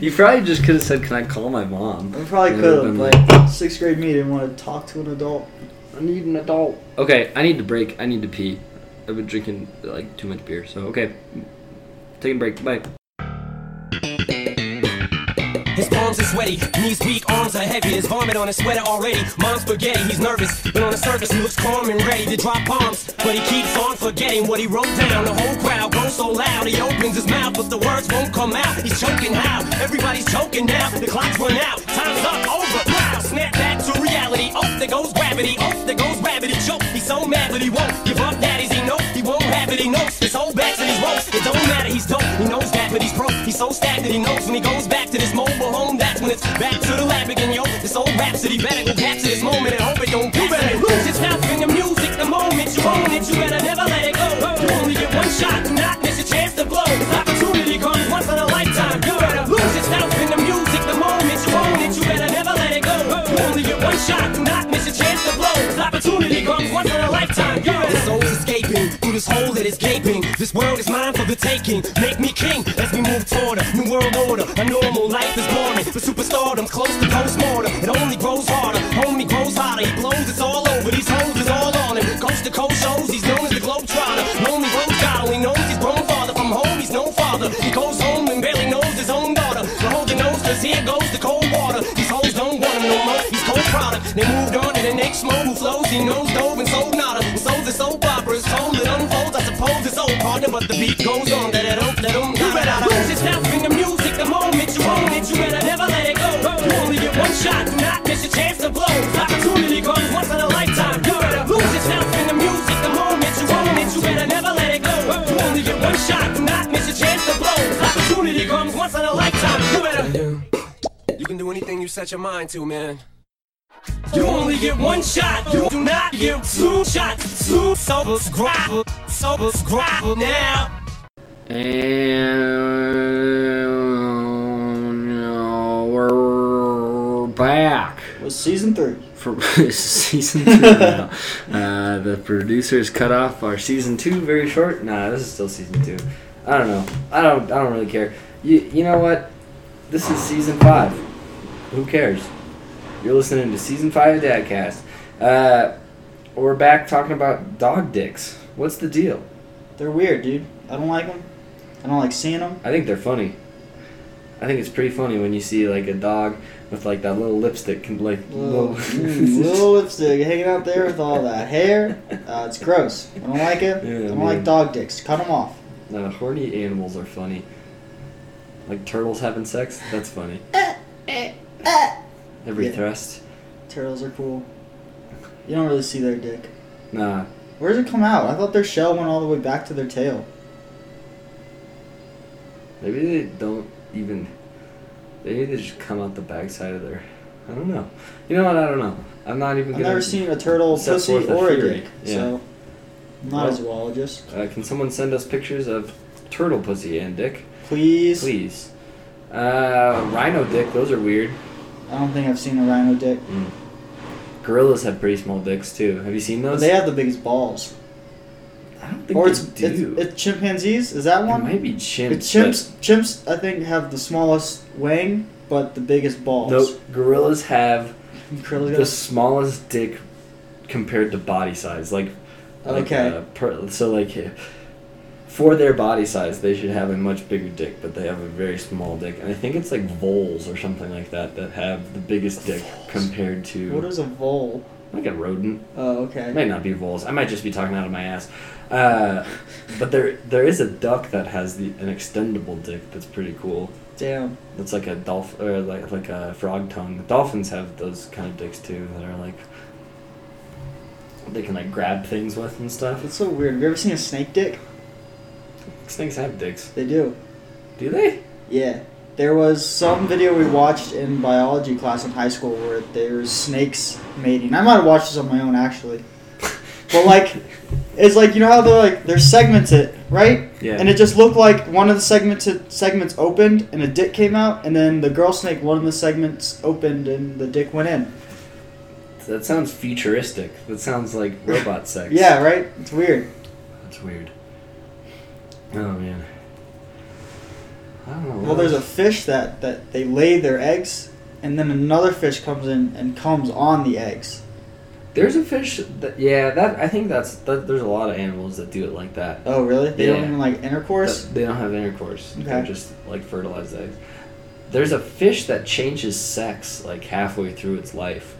Speaker 1: <laughs> you probably just could have said, "Can I call my mom?"
Speaker 2: I probably
Speaker 1: Yeah,
Speaker 2: could have,
Speaker 1: been
Speaker 2: but sixth grade me didn't want to talk to an adult.
Speaker 1: I need an adult. Okay, I need to break. I need to pee. I've been drinking like too much beer. So okay, taking a break. Bye.
Speaker 3: His palms are sweaty, knees weak, arms are heavy. There's vomit on his sweater already. Mom's spaghetti, he's nervous, but on the surface he looks calm and ready to drop bombs. But he keeps on forgetting what he wrote down. The whole crowd goes so loud, he opens his mouth, but the words won't come out. He's choking how? Everybody's choking now. The clock's run out, time's up, over. Wow. there goes gravity. Oh, there goes gravity. Choke. He's so mad, but he won't give up. Daddies, he knows he won't have it. He knows his whole back to these ropes. It don't matter. He's dope. He knows that, but he's broke. He's so stagnant. He knows when he goes back to this mobile home. That's when it's back to the lab again, yo. This old rhapsody better go back to this moment and hope it don't. You better lose yourself in the music. The moment you own it, you better never let it go. You only get one shot. Do not miss your chance to blow. Opportunity comes once in a lifetime. You better lose yourself in the music. The moment you own it, you better never let it go. You only get one shot. Do not miss your chance to blow. Opportunity comes once in a lifetime. You better- This soul's escaping through this hole that is gaping. This world is mine for the taking. Make me king as we move toward a new world order. A normal life is boring, but superstardom's close to postmortem. It only grows harder. Homie grows hotter. He blows. It's all over. These hoes is all on him. Coast to coast shows. He's known as the globetrotter. Lonely road god. Only knows he's grown farther from home. He's no father. He goes home and barely knows his own daughter. But hold your nose, cause here goes the cold water. These hoes don't want him no more. He's cold product. They moved on to the next mo who flows. He knows dove and sold nada. And so the soap opera is told. It unfolds. I suppose it's old partner, but the beat goes on. That it don't let him. You better lose yourself in the music. The moment you own it, you better never let it go. You only get one shot. Do not miss your chance to blow. Opportunity comes once in a lifetime. You better lose yourself in the music. The moment you own it, you better never let it go. You only get one shot. Do not miss your chance to blow. Opportunity comes once in a lifetime. You better. You can do anything you set your mind to, man. You only get one shot. You do not get two shots. Two sober scrabble. Sober scrabble now.
Speaker 1: And uh, we're back
Speaker 2: was season three.
Speaker 1: for <laughs> season two now. Uh, the producers cut off our season two very short. Nah, this is still season two. I don't know. I don't. I don't really care. You. You know what? This is season five. Who cares? You're listening to season five of Dadcast. Uh, we're back talking about dog dicks. What's the deal?
Speaker 2: They're weird, dude. I don't like them. I don't like seeing them.
Speaker 1: I think they're funny. I think it's pretty funny when you see like a dog with like that little lipstick and like <laughs>
Speaker 2: Little, mm, little lipstick hanging out there with all that hair. Uh, it's gross. I don't like it.
Speaker 1: Yeah,
Speaker 2: I don't
Speaker 1: man.
Speaker 2: like dog dicks. Cut them off.
Speaker 1: No, horny animals are funny. Like turtles having sex, that's funny.
Speaker 2: Eh.
Speaker 1: Every
Speaker 2: Yeah.
Speaker 1: thrust.
Speaker 2: Turtles are cool. You don't really see their dick.
Speaker 1: Nah.
Speaker 2: Where does it come out? I thought their shell went all the way back to their tail.
Speaker 1: Maybe they don't even. Maybe they just come out the backside of their. I don't know. You know what? I don't know. I'm not even
Speaker 2: I've
Speaker 1: gonna.
Speaker 2: never seen a turtle
Speaker 1: set
Speaker 2: pussy
Speaker 1: forth a
Speaker 2: or a
Speaker 1: theory.
Speaker 2: dick,
Speaker 1: Yeah.
Speaker 2: so I'm not
Speaker 1: Well-
Speaker 2: a zoologist.
Speaker 1: Uh, can someone send us pictures of turtle pussy and dick?
Speaker 2: Please.
Speaker 1: Please. Uh, rhino dick, those are weird. Mm.
Speaker 2: I don't think I've seen a rhino dick.
Speaker 1: Gorillas have pretty small dicks too. Have you seen those?
Speaker 2: They have the biggest balls.
Speaker 1: I don't think
Speaker 2: Or
Speaker 1: they
Speaker 2: it's,
Speaker 1: do.
Speaker 2: it's it's chimpanzees. Is that
Speaker 1: it
Speaker 2: one?
Speaker 1: might be chimps.
Speaker 2: It's chimps. Chimps, I think, have the smallest wing, but the biggest
Speaker 1: but-
Speaker 2: balls.
Speaker 1: Nope. Gorillas have
Speaker 2: Gorilla
Speaker 1: the smallest dick compared to body size. Like, like,
Speaker 2: Okay.
Speaker 1: uh, per, so like, uh, for their body size, they should have a much bigger dick, but they have a very small dick. And I think it's like voles or something like that that have the biggest dick compared to
Speaker 2: What is a vole?
Speaker 1: like a rodent.
Speaker 2: Oh,
Speaker 1: It
Speaker 2: okay.
Speaker 1: might not be voles. I might just be talking out of my ass. Uh, but there, there is a duck that has the an extendable dick that's pretty cool.
Speaker 2: Damn.
Speaker 1: It's like a dolphin or like like a frog tongue. Dolphins have those kind of dicks too that are like they can like grab things with and stuff.
Speaker 2: That's so weird. Have you ever seen a snake dick?
Speaker 1: Snakes have dicks,
Speaker 2: They do.
Speaker 1: do
Speaker 2: <laughs>
Speaker 1: they?
Speaker 2: Yeah. There was some video we watched in biology class in high school where there's snakes mating. I might have watched this on my own actually. But like it's like you know how they're like they're segmented, right?
Speaker 1: Yeah.
Speaker 2: And it just looked like one of the segmented segments opened and a dick came out and then the girl snake one of the segments opened and the dick went in.
Speaker 1: That sounds futuristic. That sounds like robot sex.
Speaker 2: <laughs> Yeah, right? It's weird.
Speaker 1: that's weird. Oh man, I don't know.
Speaker 2: Well, there's a fish that, that they lay their eggs, and then another fish comes in and comes on the eggs.
Speaker 1: there's a fish. That, yeah, that I think that's that, there's a lot of animals that do it like that.
Speaker 2: Oh, really? They don't
Speaker 1: Yeah.
Speaker 2: even like intercourse?
Speaker 1: But They don't have intercourse. They're
Speaker 2: Okay.
Speaker 1: just like fertilized eggs. There's a fish that changes sex like halfway through its life.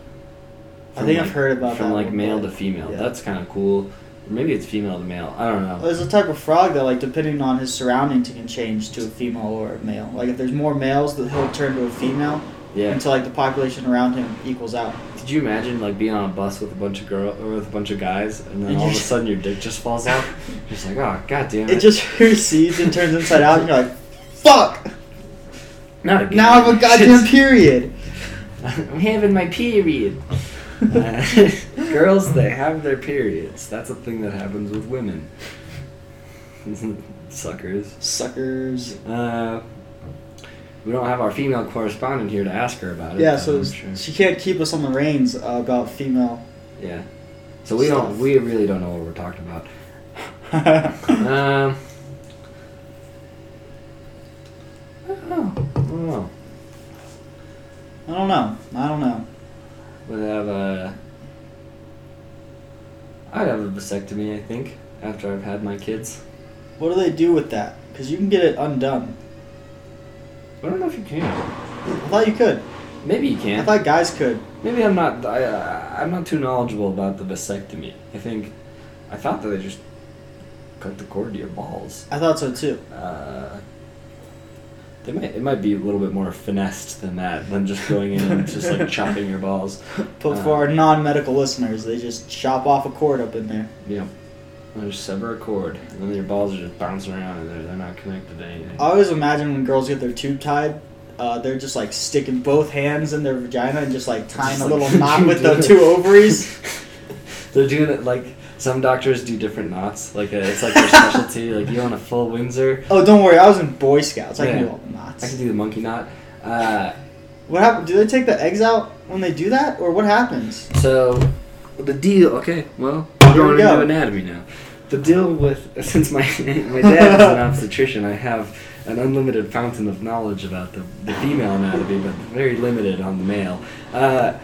Speaker 2: I think I've
Speaker 1: like-
Speaker 2: heard about
Speaker 1: from
Speaker 2: that
Speaker 1: like
Speaker 2: one,
Speaker 1: male
Speaker 2: but-
Speaker 1: to female.
Speaker 2: yeah.
Speaker 1: That's kind of cool. Maybe it's female to male. I don't know.
Speaker 2: Well, There's a type of frog that, like, depending on his surroundings, he can change to a female or a male. Like, if there's more males, that he'll turn to a female
Speaker 1: Yeah.
Speaker 2: until, like, the population around him equals out.
Speaker 1: Did Could you imagine like being on a bus with a bunch of girl or with a bunch of guys, and then all of a sudden your dick just falls
Speaker 2: <laughs>
Speaker 1: out? You're just like, oh god damn it!
Speaker 2: It just <laughs> recedes and turns inside out, and you're like, fuck!
Speaker 1: Not again.
Speaker 2: Now I have
Speaker 1: <laughs>
Speaker 2: a goddamn period!
Speaker 1: I'm having my period.
Speaker 2: <laughs>
Speaker 1: Uh, girls, they have their periods. That's a thing that happens with women. Suckers.
Speaker 2: Suckers.
Speaker 1: Uh, we don't have our female correspondent here to ask her about it.
Speaker 2: Yeah,
Speaker 1: but
Speaker 2: so
Speaker 1: I'm sure-
Speaker 2: she can't keep us on the reins uh, about female. <laughs>
Speaker 1: yeah. So we don't. We really don't know what we're talking about. Um. I don't know. I don't know.
Speaker 2: I don't know. I don't know.
Speaker 1: Would have a. I'd have a vasectomy, I think, after I've had my kids.
Speaker 2: What do they do with that? Because you can get it undone.
Speaker 1: I don't know if you can.
Speaker 2: I thought you could.
Speaker 1: Maybe you can.
Speaker 2: I thought guys could.
Speaker 1: Maybe I'm not. I, uh, I'm not too knowledgeable about the vasectomy. I think. I thought that they just cut the cord to your balls.
Speaker 2: I thought so too.
Speaker 1: Uh, they might. It might be a little bit more finessed than that, than just going in and just
Speaker 2: <laughs>
Speaker 1: like chopping your balls. Uh,
Speaker 2: But for our non-medical listeners, they just chop off a cord up in there.
Speaker 1: Yeah. And just sever a cord, and then your balls are just bouncing around, and they're, they're not connected to anything.
Speaker 2: I always imagine when girls get their tube tied, uh, they're just like sticking both hands in their vagina and just like tying
Speaker 1: Just
Speaker 2: a
Speaker 1: like- <laughs>
Speaker 2: little knot with the two ovaries.
Speaker 1: They're doing it like some doctors do different knots. Like a, it's like their specialty. Like you want a full Windsor.
Speaker 2: Oh, don't worry, I was in Boy Scouts. I can
Speaker 1: Yeah.
Speaker 2: do all the
Speaker 1: I can
Speaker 2: knots.
Speaker 1: do the monkey knot. Uh,
Speaker 2: What happened? Do they take the eggs out when they do that, or what happens?
Speaker 1: So the deal. Okay, well,
Speaker 2: Here
Speaker 1: we're going
Speaker 2: we go.
Speaker 1: into anatomy now. The deal with <laughs> since my my dad is
Speaker 2: <laughs>
Speaker 1: an obstetrician, I have an unlimited fountain of knowledge about the, the female anatomy, but very limited on the male. Uh,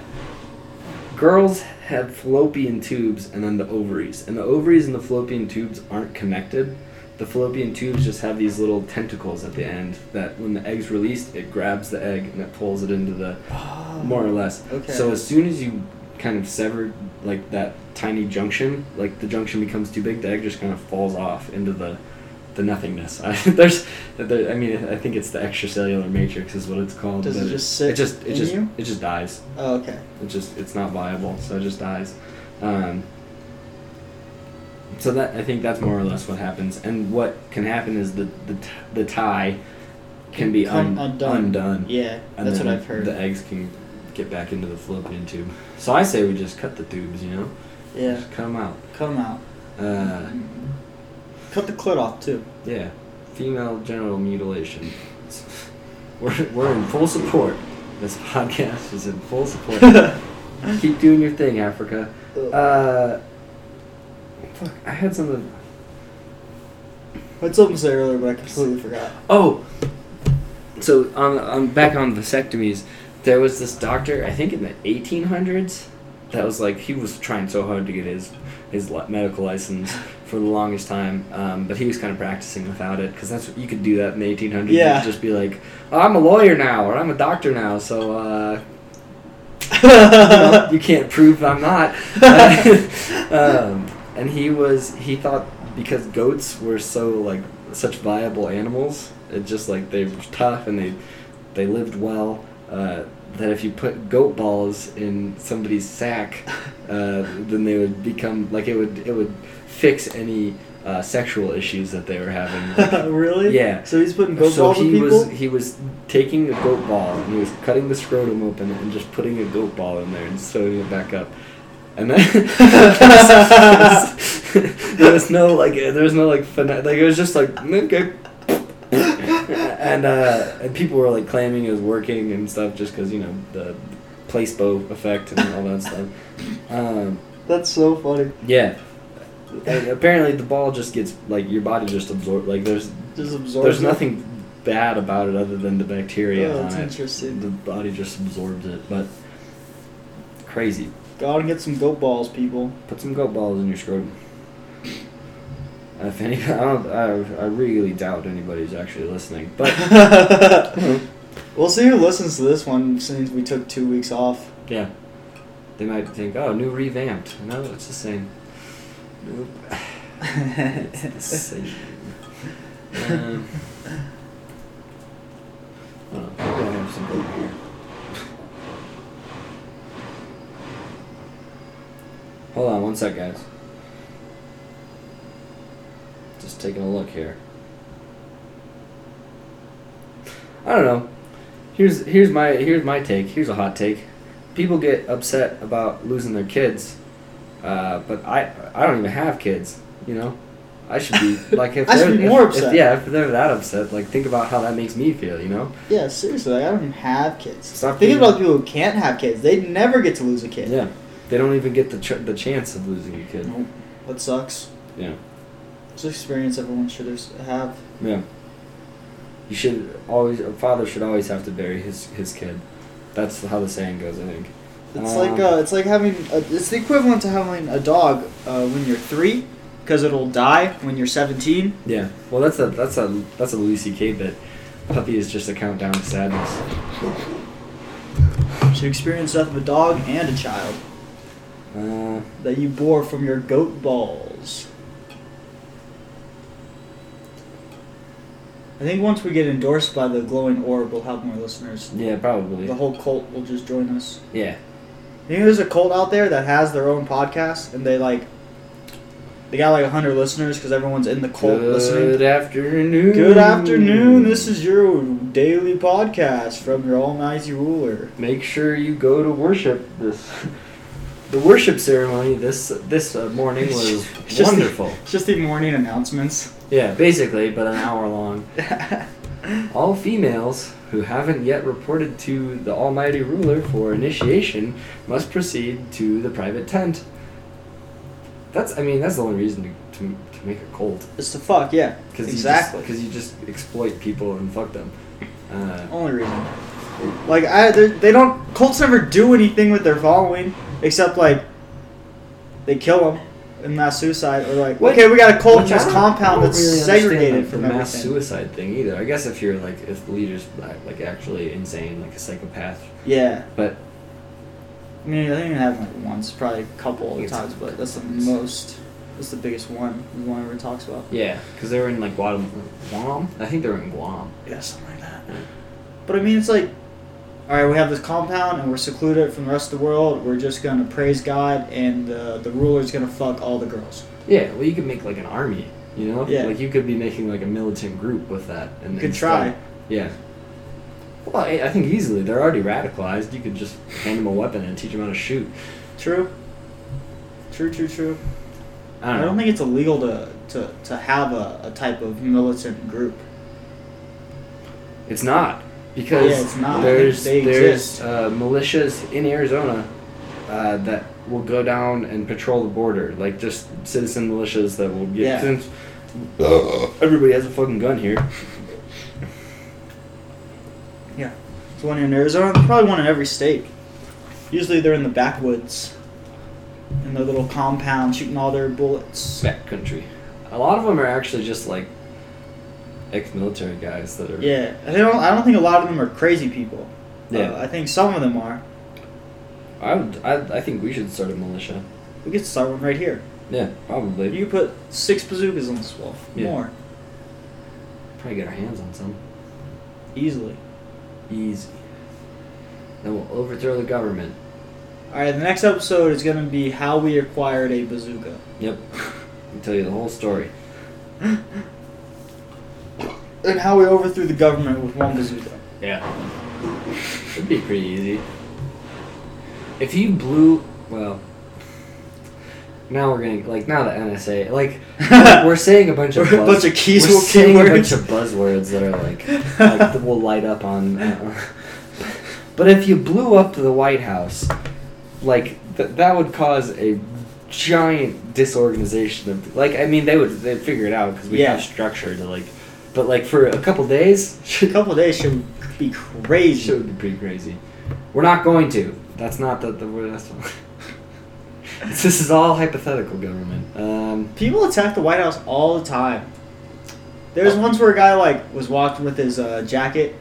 Speaker 1: girls have fallopian tubes and then the ovaries, and the ovaries and the fallopian tubes aren't connected. The fallopian tubes just have these little tentacles at the end that, when the egg's released, it grabs the egg and it pulls it into the more or less.
Speaker 2: Okay.
Speaker 1: So as soon as you kind of sever like that tiny junction, like the junction becomes too big, the egg just kind of falls off into the the nothingness. <laughs> I, there's, there, I mean, I think it's the extracellular matrix is what it's called.
Speaker 2: Does it
Speaker 1: but
Speaker 2: just sit
Speaker 1: It just, it
Speaker 2: in
Speaker 1: just,
Speaker 2: you?
Speaker 1: it just dies.
Speaker 2: Oh, okay.
Speaker 1: It just, it's not viable, so it just dies. Um, so that I think that's more or less what happens, and what can happen is the the, t- the tie can be
Speaker 2: Come
Speaker 1: un- undone.
Speaker 2: Yeah,
Speaker 1: And
Speaker 2: that's
Speaker 1: then
Speaker 2: what I've heard.
Speaker 1: The eggs can get back into the fallopian tube. So I say we just cut the tubes, you know?
Speaker 2: yeah,
Speaker 1: Just cut them out.
Speaker 2: cut 'em out.
Speaker 1: Uh,
Speaker 2: Cut the clit off
Speaker 1: <laughs>
Speaker 2: too.
Speaker 1: yeah. Female genital mutilation. <laughs> It's- We're, we're in full support. This podcast is in full support.
Speaker 2: <laughs>
Speaker 1: Keep doing your thing, Africa. Uh, fuck, I had something.
Speaker 2: I told him to say earlier, but I completely forgot.
Speaker 1: Oh, so on, on back on vasectomies, there was this doctor I think in the 1800s that was like he was trying so hard to get his his li- medical license for the longest time, um, but he was kind of practicing without it because that's what you could do that in the 1800s. You
Speaker 2: Yeah.
Speaker 1: could just be like, oh, I'm a lawyer now or I'm a doctor now, so uh, <laughs> <laughs>
Speaker 2: <laughs>
Speaker 1: you can't prove I'm not. <laughs> um, and he was he thought because goats were so like such viable animals, it just like they were tough and they they lived well. Uh, that if you put goat balls in somebody's
Speaker 2: <laughs>
Speaker 1: sack, uh, then they would become like it would it would fix any uh, sexual issues that they were having.
Speaker 2: <laughs>
Speaker 1: Like,
Speaker 2: really?
Speaker 1: Yeah.
Speaker 2: So he's putting goat
Speaker 1: so
Speaker 2: balls in
Speaker 1: he
Speaker 2: people.
Speaker 1: was he was taking a goat ball and he was cutting the scrotum open and just putting a goat ball in there and sewing it back up. And then <laughs> there was no like there was no like fina- like it was just like okay. and uh, and people were like claiming it was working and stuff just because you know the placebo effect and all that stuff. Um,
Speaker 2: That's so funny.
Speaker 1: yeah, And apparently the ball just gets like your body just absorbs like there's
Speaker 2: Just absorbs.
Speaker 1: there's
Speaker 2: it.
Speaker 1: nothing bad about it other than the bacteria
Speaker 2: Oh, that's
Speaker 1: on it.
Speaker 2: interesting.
Speaker 1: The body just absorbs it, but crazy.
Speaker 2: Go out and get some goat balls, people.
Speaker 1: Put some goat balls in your scrotum. If any, <laughs> I don't, I, I really doubt anybody's actually listening, but
Speaker 2: <laughs> we'll see who listens to this one since we took two weeks off.
Speaker 1: yeah, they might think, oh, new revamped. No, it's the same.
Speaker 2: <laughs>
Speaker 1: Nope, it's the same. Um, I don't know, I have some goat here. One sec, guys. Just taking a look here. I don't know. Here's here's my here's my take. Here's a hot take. People get upset about losing their kids, uh, but I I don't even have kids. You know, I should be like if
Speaker 2: <laughs> I should
Speaker 1: they're-
Speaker 2: be
Speaker 1: if-
Speaker 2: more
Speaker 1: if-
Speaker 2: upset.
Speaker 1: yeah, if they're that upset, like think about how that makes me feel. You know.
Speaker 2: Yeah, seriously, like, I don't even have kids.
Speaker 1: Stop
Speaker 2: Thinking
Speaker 1: being-
Speaker 2: about people who can't have kids, they never get to lose a kid.
Speaker 1: Yeah. They don't even get the ch- the chance of losing a kid.
Speaker 2: Nope. That sucks.
Speaker 1: Yeah.
Speaker 2: It's an experience everyone should have.
Speaker 1: Yeah. You should always a father should always have to bury his his kid. That's how the saying goes, I think.
Speaker 2: It's
Speaker 1: Um,
Speaker 2: like uh, it's like having a, it's the equivalent to having a dog uh, when you're three, because it'll die when you're 17.
Speaker 1: Um, Yeah. Well, that's a that's a that's a Louis C.K. bit. Puppy is just a countdown to sadness.
Speaker 2: Should experience death of a dog and a child
Speaker 1: Uh,
Speaker 2: that you bore from your goat balls. I think once we get endorsed by the glowing orb, we'll have more listeners.
Speaker 1: yeah, probably.
Speaker 2: The whole cult will just join us.
Speaker 1: Yeah.
Speaker 2: You know, there's a cult out there that has their own podcast, and they like, they got like hundred listeners because everyone's in the cult
Speaker 1: Good
Speaker 2: listening.
Speaker 1: afternoon.
Speaker 2: Good afternoon. This is your daily podcast from your almighty ruler.
Speaker 1: Make sure you go to worship this. The worship ceremony this this uh, morning was
Speaker 2: It's <laughs> just-
Speaker 1: wonderful.
Speaker 2: It's just the morning announcements.
Speaker 1: Yeah, basically, but an hour long.
Speaker 2: <laughs>
Speaker 1: All females who haven't yet reported to the Almighty Ruler for initiation must proceed to the private tent. That's, I mean, that's the only reason to, to, to make a cult.
Speaker 2: it's the fuck, yeah.
Speaker 1: Cause
Speaker 2: Exactly.
Speaker 1: Because you just exploit people and fuck
Speaker 2: <laughs>
Speaker 1: them. Uh,
Speaker 2: Only reason. Like I, they they don't. Colts never do anything with their following except like they kill them in mass suicide, or like
Speaker 1: Which-
Speaker 2: okay, we got a cult in
Speaker 1: which I
Speaker 2: this
Speaker 1: don't- I
Speaker 2: compound
Speaker 1: don't
Speaker 2: that's
Speaker 1: really understand
Speaker 2: segregated
Speaker 1: the,
Speaker 2: from
Speaker 1: the mass
Speaker 2: everything.
Speaker 1: suicide thing either. I guess if you're like if the leader's like, like actually insane, like a psychopath,
Speaker 2: Yeah,
Speaker 1: but
Speaker 2: I mean, I think it happened like once, probably a couple of
Speaker 1: It's-
Speaker 2: times, but that's the most. That's the biggest one. The one everyone talks about.
Speaker 1: yeah, because they were in like Guadam- Guam. I think they were in Guam.
Speaker 2: Yeah, something like that. But I mean, it's like, all right, we have this compound and we're secluded from the rest of the world. We're just gonna praise God, and uh, the ruler's gonna fuck all the girls.
Speaker 1: Yeah, well, you could make like an army, you know?
Speaker 2: Yeah.
Speaker 1: Like you could be making like a militant group with that. And
Speaker 2: You could
Speaker 1: instead-
Speaker 2: try.
Speaker 1: Yeah. Well, I, I think easily. They're already radicalized. You could just hand them a weapon and teach them how to shoot.
Speaker 2: True. True, true, true.
Speaker 1: I don't,
Speaker 2: I don't
Speaker 1: know.
Speaker 2: think it's illegal to, to, to have a, a type of militant group.
Speaker 1: It's not. Because
Speaker 2: Yeah, it's not.
Speaker 1: there's,
Speaker 2: They
Speaker 1: there's
Speaker 2: exist.
Speaker 1: uh, militias in Arizona uh, that will go down and patrol the border. Like just citizen militias that will get.
Speaker 2: Yeah.
Speaker 1: Since everybody has a fucking gun here.
Speaker 2: Yeah. There's one in Arizona, there's probably one in every state. Usually they're in the backwoods, in their little compound, shooting all their bullets.
Speaker 1: Backcountry. A lot of them are actually just like ex military guys that are.
Speaker 2: Yeah, I don't, I don't think a lot of them are crazy people.
Speaker 1: Yeah.
Speaker 2: Uh, I think some of them are.
Speaker 1: I, would, I I think we should start a militia.
Speaker 2: We could start one right here.
Speaker 1: Yeah, probably.
Speaker 2: You could put six bazookas on this wall.
Speaker 1: Yeah.
Speaker 2: More.
Speaker 1: probably get our hands on some.
Speaker 2: Easily.
Speaker 1: Easy. Then we'll overthrow the government.
Speaker 2: Alright, the next episode is going to be how we acquired a bazooka.
Speaker 1: Yep. <laughs> I'll tell you the whole story.
Speaker 2: and how we overthrew the government with one bazooka.
Speaker 1: Yeah. It'd be pretty easy. If you blew, well, now we're gonna like now the NSA
Speaker 2: <laughs>
Speaker 1: like we're saying a bunch of
Speaker 2: We're a bunch of keys
Speaker 1: we're
Speaker 2: with
Speaker 1: saying a
Speaker 2: keywords.
Speaker 1: bunch of buzzwords that are like, like that will light up on. Uh, but if you blew up the White House, like th- that would cause a giant disorganization of like I mean they would they would figure it out because we
Speaker 2: Yeah.
Speaker 1: have structure to like, but like for a couple
Speaker 2: <laughs>
Speaker 1: days,
Speaker 2: A couple of days should be
Speaker 1: it
Speaker 2: crazy.
Speaker 1: would be pretty crazy. We're not going to. That's not the the word. That's not. <laughs> this is all hypothetical government. Um,
Speaker 2: People attack the White House all the time. There's once where a guy like was walking with his uh, jacket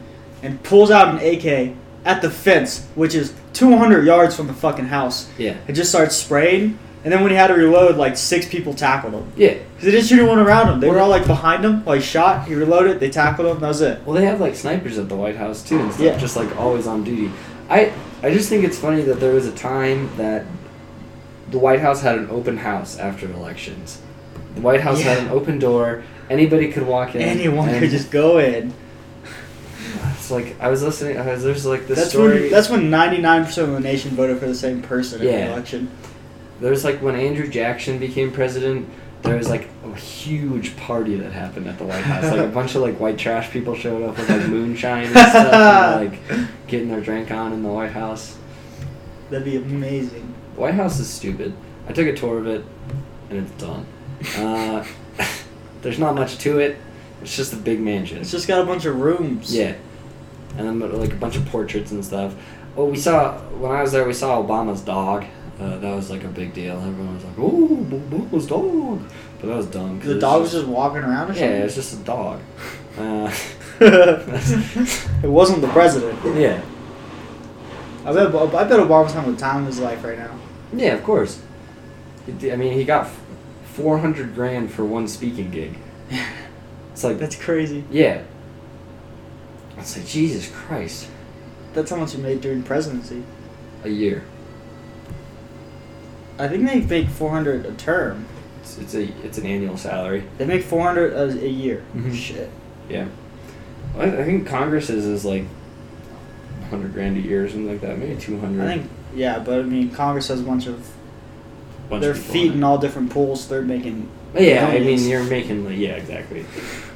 Speaker 2: and pulls out an AK at the fence, which is 200 yards from the fucking house,
Speaker 1: yeah.
Speaker 2: and just starts spraying. And then when he had to reload, like six people tackled him.
Speaker 1: Yeah.
Speaker 2: Cause they didn't shoot anyone around him. They were all like behind him. Like shot, he reloaded, they tackled him. That was it.
Speaker 1: Well, they have like snipers at the White House too, and stuff,
Speaker 2: Yeah.
Speaker 1: just like always on duty. I I just think it's funny that there was a time that the White House had an open house after elections. The White House had
Speaker 2: Yeah.
Speaker 1: an open door. Anybody could walk in.
Speaker 2: Anyone
Speaker 1: and
Speaker 2: could just go in.
Speaker 1: It's like I was listening. I was, there's like this
Speaker 2: That's
Speaker 1: story.
Speaker 2: when that's when ninety nine percent of the nation voted for the same person in the
Speaker 1: Yeah.
Speaker 2: election.
Speaker 1: There's like when Andrew Jackson became president, there was like a huge party that happened at the White House.
Speaker 2: <laughs>
Speaker 1: Like a bunch of like white trash people showed up with like moonshine and stuff,
Speaker 2: <laughs>
Speaker 1: and, like getting their drink on in the White House.
Speaker 2: That'd be amazing.
Speaker 1: The White House is stupid. I took a tour of it, and it's done. Uh, <laughs> there's not much to it. It's just a big mansion.
Speaker 2: It's just got a bunch of rooms.
Speaker 1: Yeah, and then like a bunch of portraits and stuff. Well, we saw when I was there, we saw Obama's dog. Uh, that was like a big deal. Everyone was like, "Oh, Obama's dog," but that was dumb. 'cause
Speaker 2: The
Speaker 1: it's
Speaker 2: dog was just walking around or
Speaker 1: yeah,
Speaker 2: something?
Speaker 1: it's just a
Speaker 2: <laughs>
Speaker 1: dog. Uh,
Speaker 2: it wasn't the president.
Speaker 1: yeah,
Speaker 2: I bet, I bet Obama's having the time of his life
Speaker 1: <laughs>
Speaker 2: right now.
Speaker 1: yeah, of course. He d- I mean, he got four hundred grand for one speaking gig. It's like
Speaker 2: That's crazy.
Speaker 1: yeah. It's like Jesus Christ,
Speaker 2: That's how much he made during presidency.
Speaker 1: a year.
Speaker 2: I think they make 400 a term.
Speaker 1: It's, it's a it's an annual salary.
Speaker 2: They make 400 a, a year.
Speaker 1: Mhm.
Speaker 2: Shit.
Speaker 1: Yeah. I, I think Congress's is like 100 grand a year or something like that, maybe 200.
Speaker 2: I think, yeah, but I mean, Congress has a bunch of.
Speaker 1: Bunch
Speaker 2: they're
Speaker 1: of people
Speaker 2: feeding
Speaker 1: on
Speaker 2: all different pools. They're making.
Speaker 1: it. Yeah, I
Speaker 2: millions.
Speaker 1: mean, you're making, like, yeah, exactly.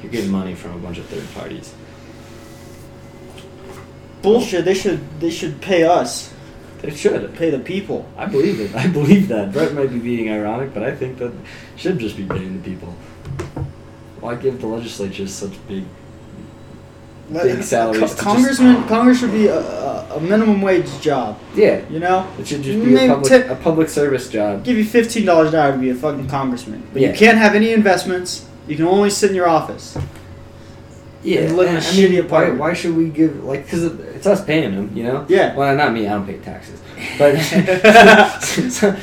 Speaker 1: You're getting money from a bunch of third parties.
Speaker 2: Bullshit. They should. They should pay us.
Speaker 1: They should.
Speaker 2: Pay the people.
Speaker 1: I believe it. I believe that. Brett might be being ironic, but I think that should just be paying the people. Why give the legislatures such big. Big salaries
Speaker 2: Co-
Speaker 1: to just-
Speaker 2: Congressman. Congress should be a, a, a minimum wage job.
Speaker 1: Yeah.
Speaker 2: You know.
Speaker 1: It should just be a
Speaker 2: Maybe
Speaker 1: public,
Speaker 2: tip-
Speaker 1: a public service job.
Speaker 2: give you fifteen dollars an hour to be a fucking congressman, but
Speaker 1: Yeah.
Speaker 2: you can't have any investments. You can only sit in your office.
Speaker 1: Yeah,
Speaker 2: and live in
Speaker 1: I
Speaker 2: a
Speaker 1: mean,
Speaker 2: shitty apartment.
Speaker 1: Why, why should we give like because it's us paying them, you know?
Speaker 2: Yeah.
Speaker 1: Well, not me. I don't pay taxes,
Speaker 2: <laughs>
Speaker 1: but <laughs> so,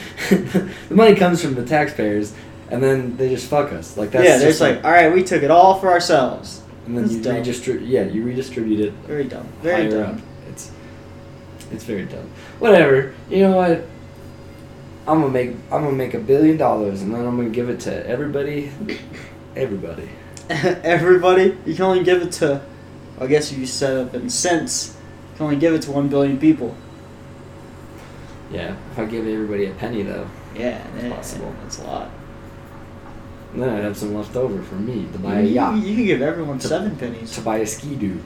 Speaker 1: the money comes from the taxpayers, and then they just fuck us. Like that's
Speaker 2: yeah, they're
Speaker 1: just
Speaker 2: just like, all right, we took it all for ourselves.
Speaker 1: and then
Speaker 2: that's
Speaker 1: you
Speaker 2: dumb.
Speaker 1: redistribute. Yeah, you redistribute it
Speaker 2: Very dumb. Very
Speaker 1: higher
Speaker 2: dumb.
Speaker 1: up. It's it's very dumb. Whatever. You know what? I'm gonna make I'm gonna make a billion dollars, and then I'm gonna give it to everybody. Everybody.
Speaker 2: <laughs> Everybody, you can only give it to. I guess if you set up in cents, you can only give it to one billion people.
Speaker 1: Yeah. If I give everybody a penny though.
Speaker 2: Yeah,
Speaker 1: It's
Speaker 2: that-
Speaker 1: possible.
Speaker 2: That's a lot.
Speaker 1: And Then I'd have some left over for me to buy a
Speaker 2: you,
Speaker 1: yacht,
Speaker 2: you can give everyone
Speaker 1: To-
Speaker 2: seven pennies.
Speaker 1: to buy a ski doo.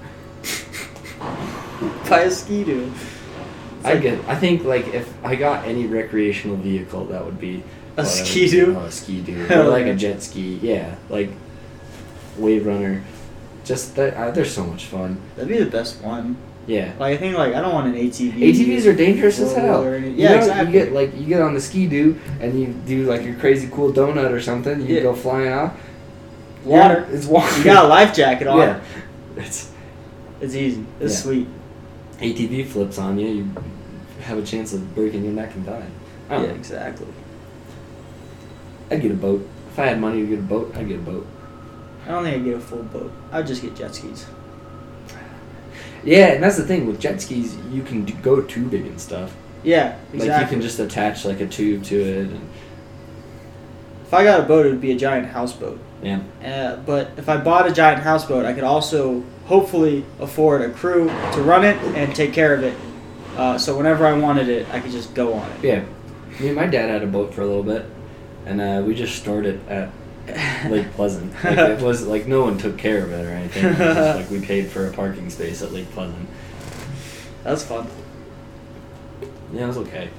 Speaker 2: Buy a ski doo.
Speaker 1: I get. I think like if I got any recreational vehicle, that would be
Speaker 2: A
Speaker 1: what I would
Speaker 2: Ski-Doo?
Speaker 1: do. Oh, a ski doo, or
Speaker 2: <laughs> Hell
Speaker 1: like
Speaker 2: yeah.
Speaker 1: a jet ski. Yeah, like wave runner. Just that uh, they're so much fun.
Speaker 2: That'd be the best one.
Speaker 1: Yeah.
Speaker 2: Like I think like I don't want an ATV.
Speaker 1: ATVs are dangerous as
Speaker 2: Four-wheeler
Speaker 1: hell.
Speaker 2: or any-
Speaker 1: You
Speaker 2: yeah,
Speaker 1: know,
Speaker 2: exactly.
Speaker 1: You get like you get on the ski doo and you do like a crazy cool donut or something. You
Speaker 2: Yeah.
Speaker 1: go flying off.
Speaker 2: Water.
Speaker 1: It's water.
Speaker 2: You got a life jacket on.
Speaker 1: yeah. It's
Speaker 2: It's easy. It's
Speaker 1: Yeah.
Speaker 2: sweet.
Speaker 1: ATV flips on you, you have a chance of breaking your neck and dying. I don't
Speaker 2: Yeah,
Speaker 1: know.
Speaker 2: exactly.
Speaker 1: I'd get a boat. If I had money to get a boat, I'd get a boat.
Speaker 2: I don't think I'd get a full boat. I'd just get jet skis.
Speaker 1: Yeah, and that's the thing with jet skis, you can d- go tubing and stuff.
Speaker 2: Yeah, exactly.
Speaker 1: Like you can just attach like a tube to it, and
Speaker 2: if I got a boat, it would be a giant houseboat.
Speaker 1: yeah,
Speaker 2: Uh, but if I bought a giant houseboat, I could also hopefully afford a crew to run it and take care of it. Uh, so whenever I wanted it, I could just go on it.
Speaker 1: yeah. Me and my dad had a boat for a little bit, and uh, we just stored it at
Speaker 2: <laughs>
Speaker 1: Lake Pleasant. Like, it was like no one took care of it or anything. It was just, like we paid for a parking space at Lake Pleasant.
Speaker 2: That's fun.
Speaker 1: Yeah, it was okay.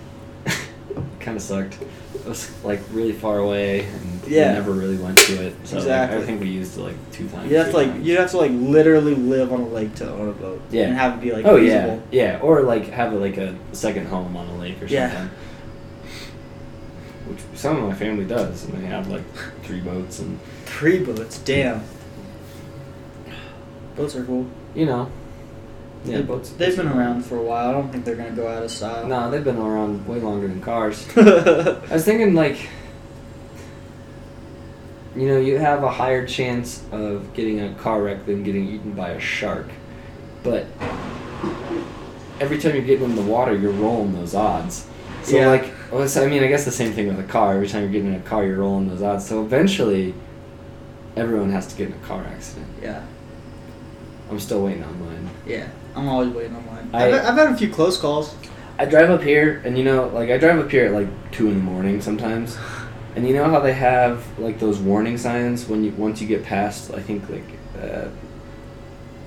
Speaker 1: <laughs> kind of sucked. It was like really far away, and
Speaker 2: Yeah.
Speaker 1: we never really went to it. So like,
Speaker 2: Exactly.
Speaker 1: I think we used it like two times.
Speaker 2: You have to
Speaker 1: three
Speaker 2: like
Speaker 1: times.
Speaker 2: you have to like literally live on a lake to own a boat.
Speaker 1: Yeah.
Speaker 2: And have it be like
Speaker 1: oh yeah,
Speaker 2: feasible.
Speaker 1: yeah, or like have like a second home on a lake or something.
Speaker 2: Yeah.
Speaker 1: Which some of my family does, and they have like three boats, and
Speaker 2: Three boats, damn. Boats are cool.
Speaker 1: you know, yeah,
Speaker 2: They-
Speaker 1: boats.
Speaker 2: They've been around for a while. I don't think they're gonna go out of style.
Speaker 1: No, they've been around way longer than cars. I
Speaker 2: yeah,
Speaker 1: was thinking like you know, you have a higher chance of getting a car wreck than getting eaten by a shark. But every time you're getting in the water, you're rolling those odds. So
Speaker 2: Yeah.
Speaker 1: like Well, it's, I mean, I guess the same thing with a car. Every time you're getting in a car, you're rolling those odds. So eventually, everyone has to get in a car accident.
Speaker 2: <laughs> Yeah,
Speaker 1: I'm still waiting on mine.
Speaker 2: yeah. I'm always waiting on mine.
Speaker 1: I-
Speaker 2: I've, I've had a few close calls.
Speaker 1: I drive up here, and you know, like I drive up here at like two in the morning sometimes, and you know how they have like those warning signs when you once you get past, I think like, uh,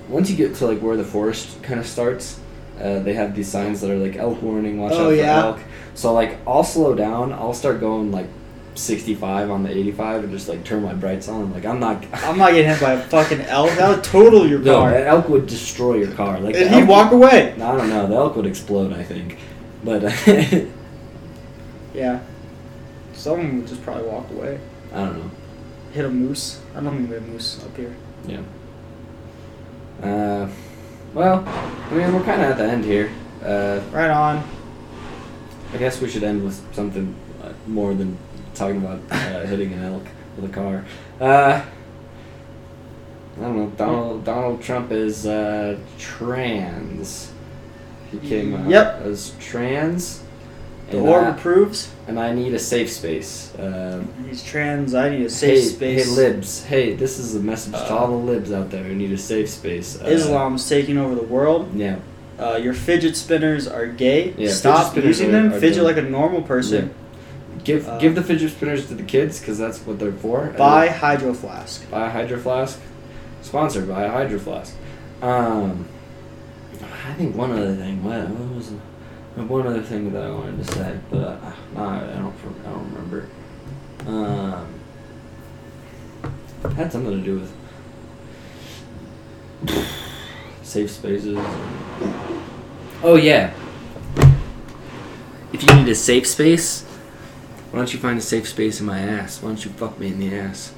Speaker 1: once you get to like where the forest kind of starts, uh, they have these signs that are like elk warning, watch
Speaker 2: Oh,
Speaker 1: out for
Speaker 2: yeah.
Speaker 1: elk. So like I'll slow down, I'll start going like sixty five on the eighty five, and just like turn my brights on. Like I'm not. <laughs>
Speaker 2: I'm not getting hit by a fucking elk. That would total your
Speaker 1: No,
Speaker 2: car.
Speaker 1: an elk would destroy your car. Like the
Speaker 2: and he'd
Speaker 1: elk-
Speaker 2: walk away.
Speaker 1: I don't know. The elk would explode. I think, but. <laughs>
Speaker 2: Yeah. Someone would just probably walk away.
Speaker 1: I don't know.
Speaker 2: Hit a moose. I don't think we have moose up here.
Speaker 1: Yeah. Uh, well, I mean, we're kind of at the end here. Uh,
Speaker 2: Right on.
Speaker 1: I guess we should end with something uh, more than talking about
Speaker 2: <laughs>
Speaker 1: uh, hitting an elk with a car. Uh, I don't know. Donald Donald Trump is uh, trans. He came out
Speaker 2: Mm, Yep.
Speaker 1: as trans.
Speaker 2: The
Speaker 1: and uh,
Speaker 2: orb
Speaker 1: I-
Speaker 2: approves.
Speaker 1: and I need a safe space. Um,
Speaker 2: He's trans. I need a safe
Speaker 1: hey,
Speaker 2: space.
Speaker 1: Hey, libs. Hey, this is a message to
Speaker 2: Uh,
Speaker 1: all the libs out there who need a safe space. Uh,
Speaker 2: Islam's taking over the world.
Speaker 1: Yeah.
Speaker 2: Uh, your fidget spinners are gay.
Speaker 1: Yeah,
Speaker 2: Stop
Speaker 1: fidget spinners
Speaker 2: using
Speaker 1: are-
Speaker 2: them.
Speaker 1: are
Speaker 2: Fidget
Speaker 1: gay.
Speaker 2: like a normal person.
Speaker 1: Give
Speaker 2: Uh,
Speaker 1: give the fidget spinners to the kids because that's what they're for. And
Speaker 2: Buy hydro flask.
Speaker 1: buy a hydro flask. Sponsored by a hydro flask. Um, I think one other thing. What, what was the- one other thing that I wanted to say, but uh, I, I don't I don't remember. Um, it had something to do with safe spaces. Oh yeah. If you need a safe space, why don't you find a safe space in my ass? Why don't you fuck me in the ass?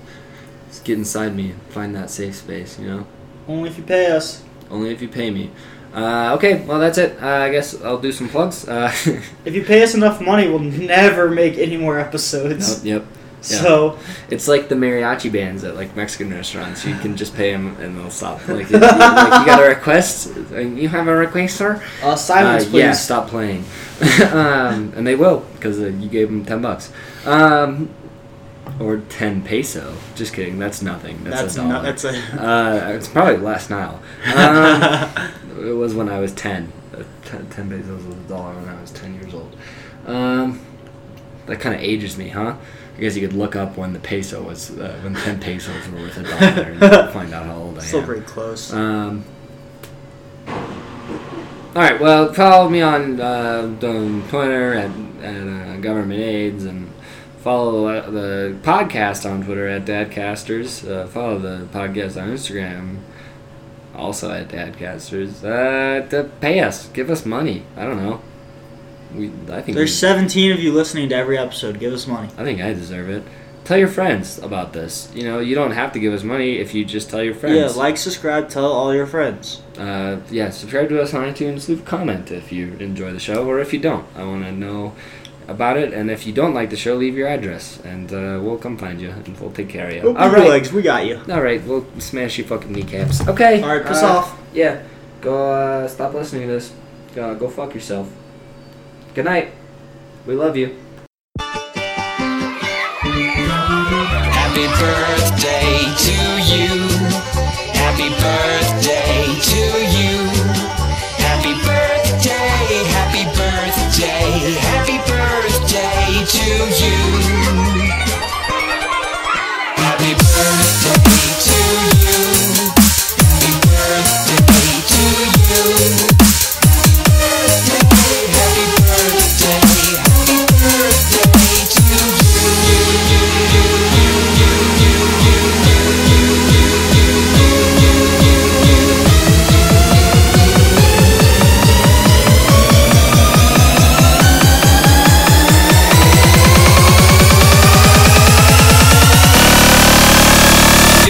Speaker 1: Just get inside me and find that safe space, you know?
Speaker 2: Only if you pay us.
Speaker 1: Only if you pay me. Uh, okay, well, that's it. Uh, I guess I'll do some plugs. Uh, <laughs>
Speaker 2: If you pay us enough money, we'll never make any more episodes.
Speaker 1: nope, yep. yeah.
Speaker 2: So
Speaker 1: It's like the mariachi bands at like Mexican restaurants. You can just pay them and they'll stop. Like, you, you- like, you got
Speaker 2: <laughs>
Speaker 1: a request? Uh, You have a request, sir?
Speaker 2: uh, silence,
Speaker 1: uh,
Speaker 2: please.
Speaker 1: Yeah, stop playing. <laughs> um, and they will because uh, you gave them ten bucks, um, or ten peso. Just kidding. That's nothing. That's,
Speaker 2: That's
Speaker 1: a dollar.
Speaker 2: not. That's a.
Speaker 1: uh, it's probably last Nile. Um,
Speaker 2: <laughs>
Speaker 1: it was when I was ten. Uh, ten, 10 pesos was a dollar when I was ten years old. Um, that kind of ages me, huh? I guess you could look up when the peso was uh, when ten pesos were worth a dollar and you could find out how old I
Speaker 2: Still
Speaker 1: am.
Speaker 2: pretty close.
Speaker 1: Um, all right. Well, follow me on uh, on Twitter at, at uh, government aids and follow uh, the podcast on Twitter at dadcasters. Uh, follow the podcast on Instagram. Also at Dadcasters, uh, to pay us, give us money. I don't know. We, I think
Speaker 2: There's
Speaker 1: we-
Speaker 2: 17 of you listening to every episode. Give us money.
Speaker 1: I think I deserve it. Tell your friends about this. You know, you don't have to give us money if you just tell your friends.
Speaker 2: Yeah, like, subscribe, tell all your friends.
Speaker 1: uh, yeah, subscribe to us on iTunes. Leave a comment if you enjoy the show or if you don't. I want to know about it. And if you don't like the show, leave your address and uh, we'll come find you and we'll take care of you.
Speaker 2: Open
Speaker 1: All
Speaker 2: your
Speaker 1: right.
Speaker 2: legs. We got you.
Speaker 1: All right. We'll smash your fucking kneecaps. Okay.
Speaker 2: All right, piss
Speaker 1: uh,
Speaker 2: off.
Speaker 1: Yeah. Go. Uh, stop listening to this. Uh, go fuck yourself. Good night. We love you.
Speaker 4: Happy birthday to you. Happy birthday to you. Happy birthday, happy birthday, happy birthday to you. Happy birthday to you. Happy birthday to you. Happy birthday, happy birthday, happy birthday to you.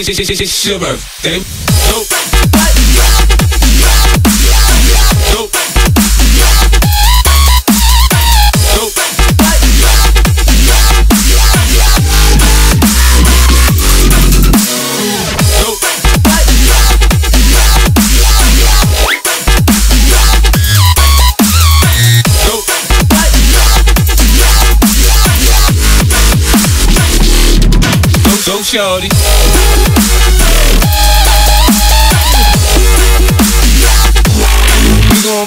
Speaker 5: It's your birthday. Go. Go. Go. Go. Go. go shorty. We gon'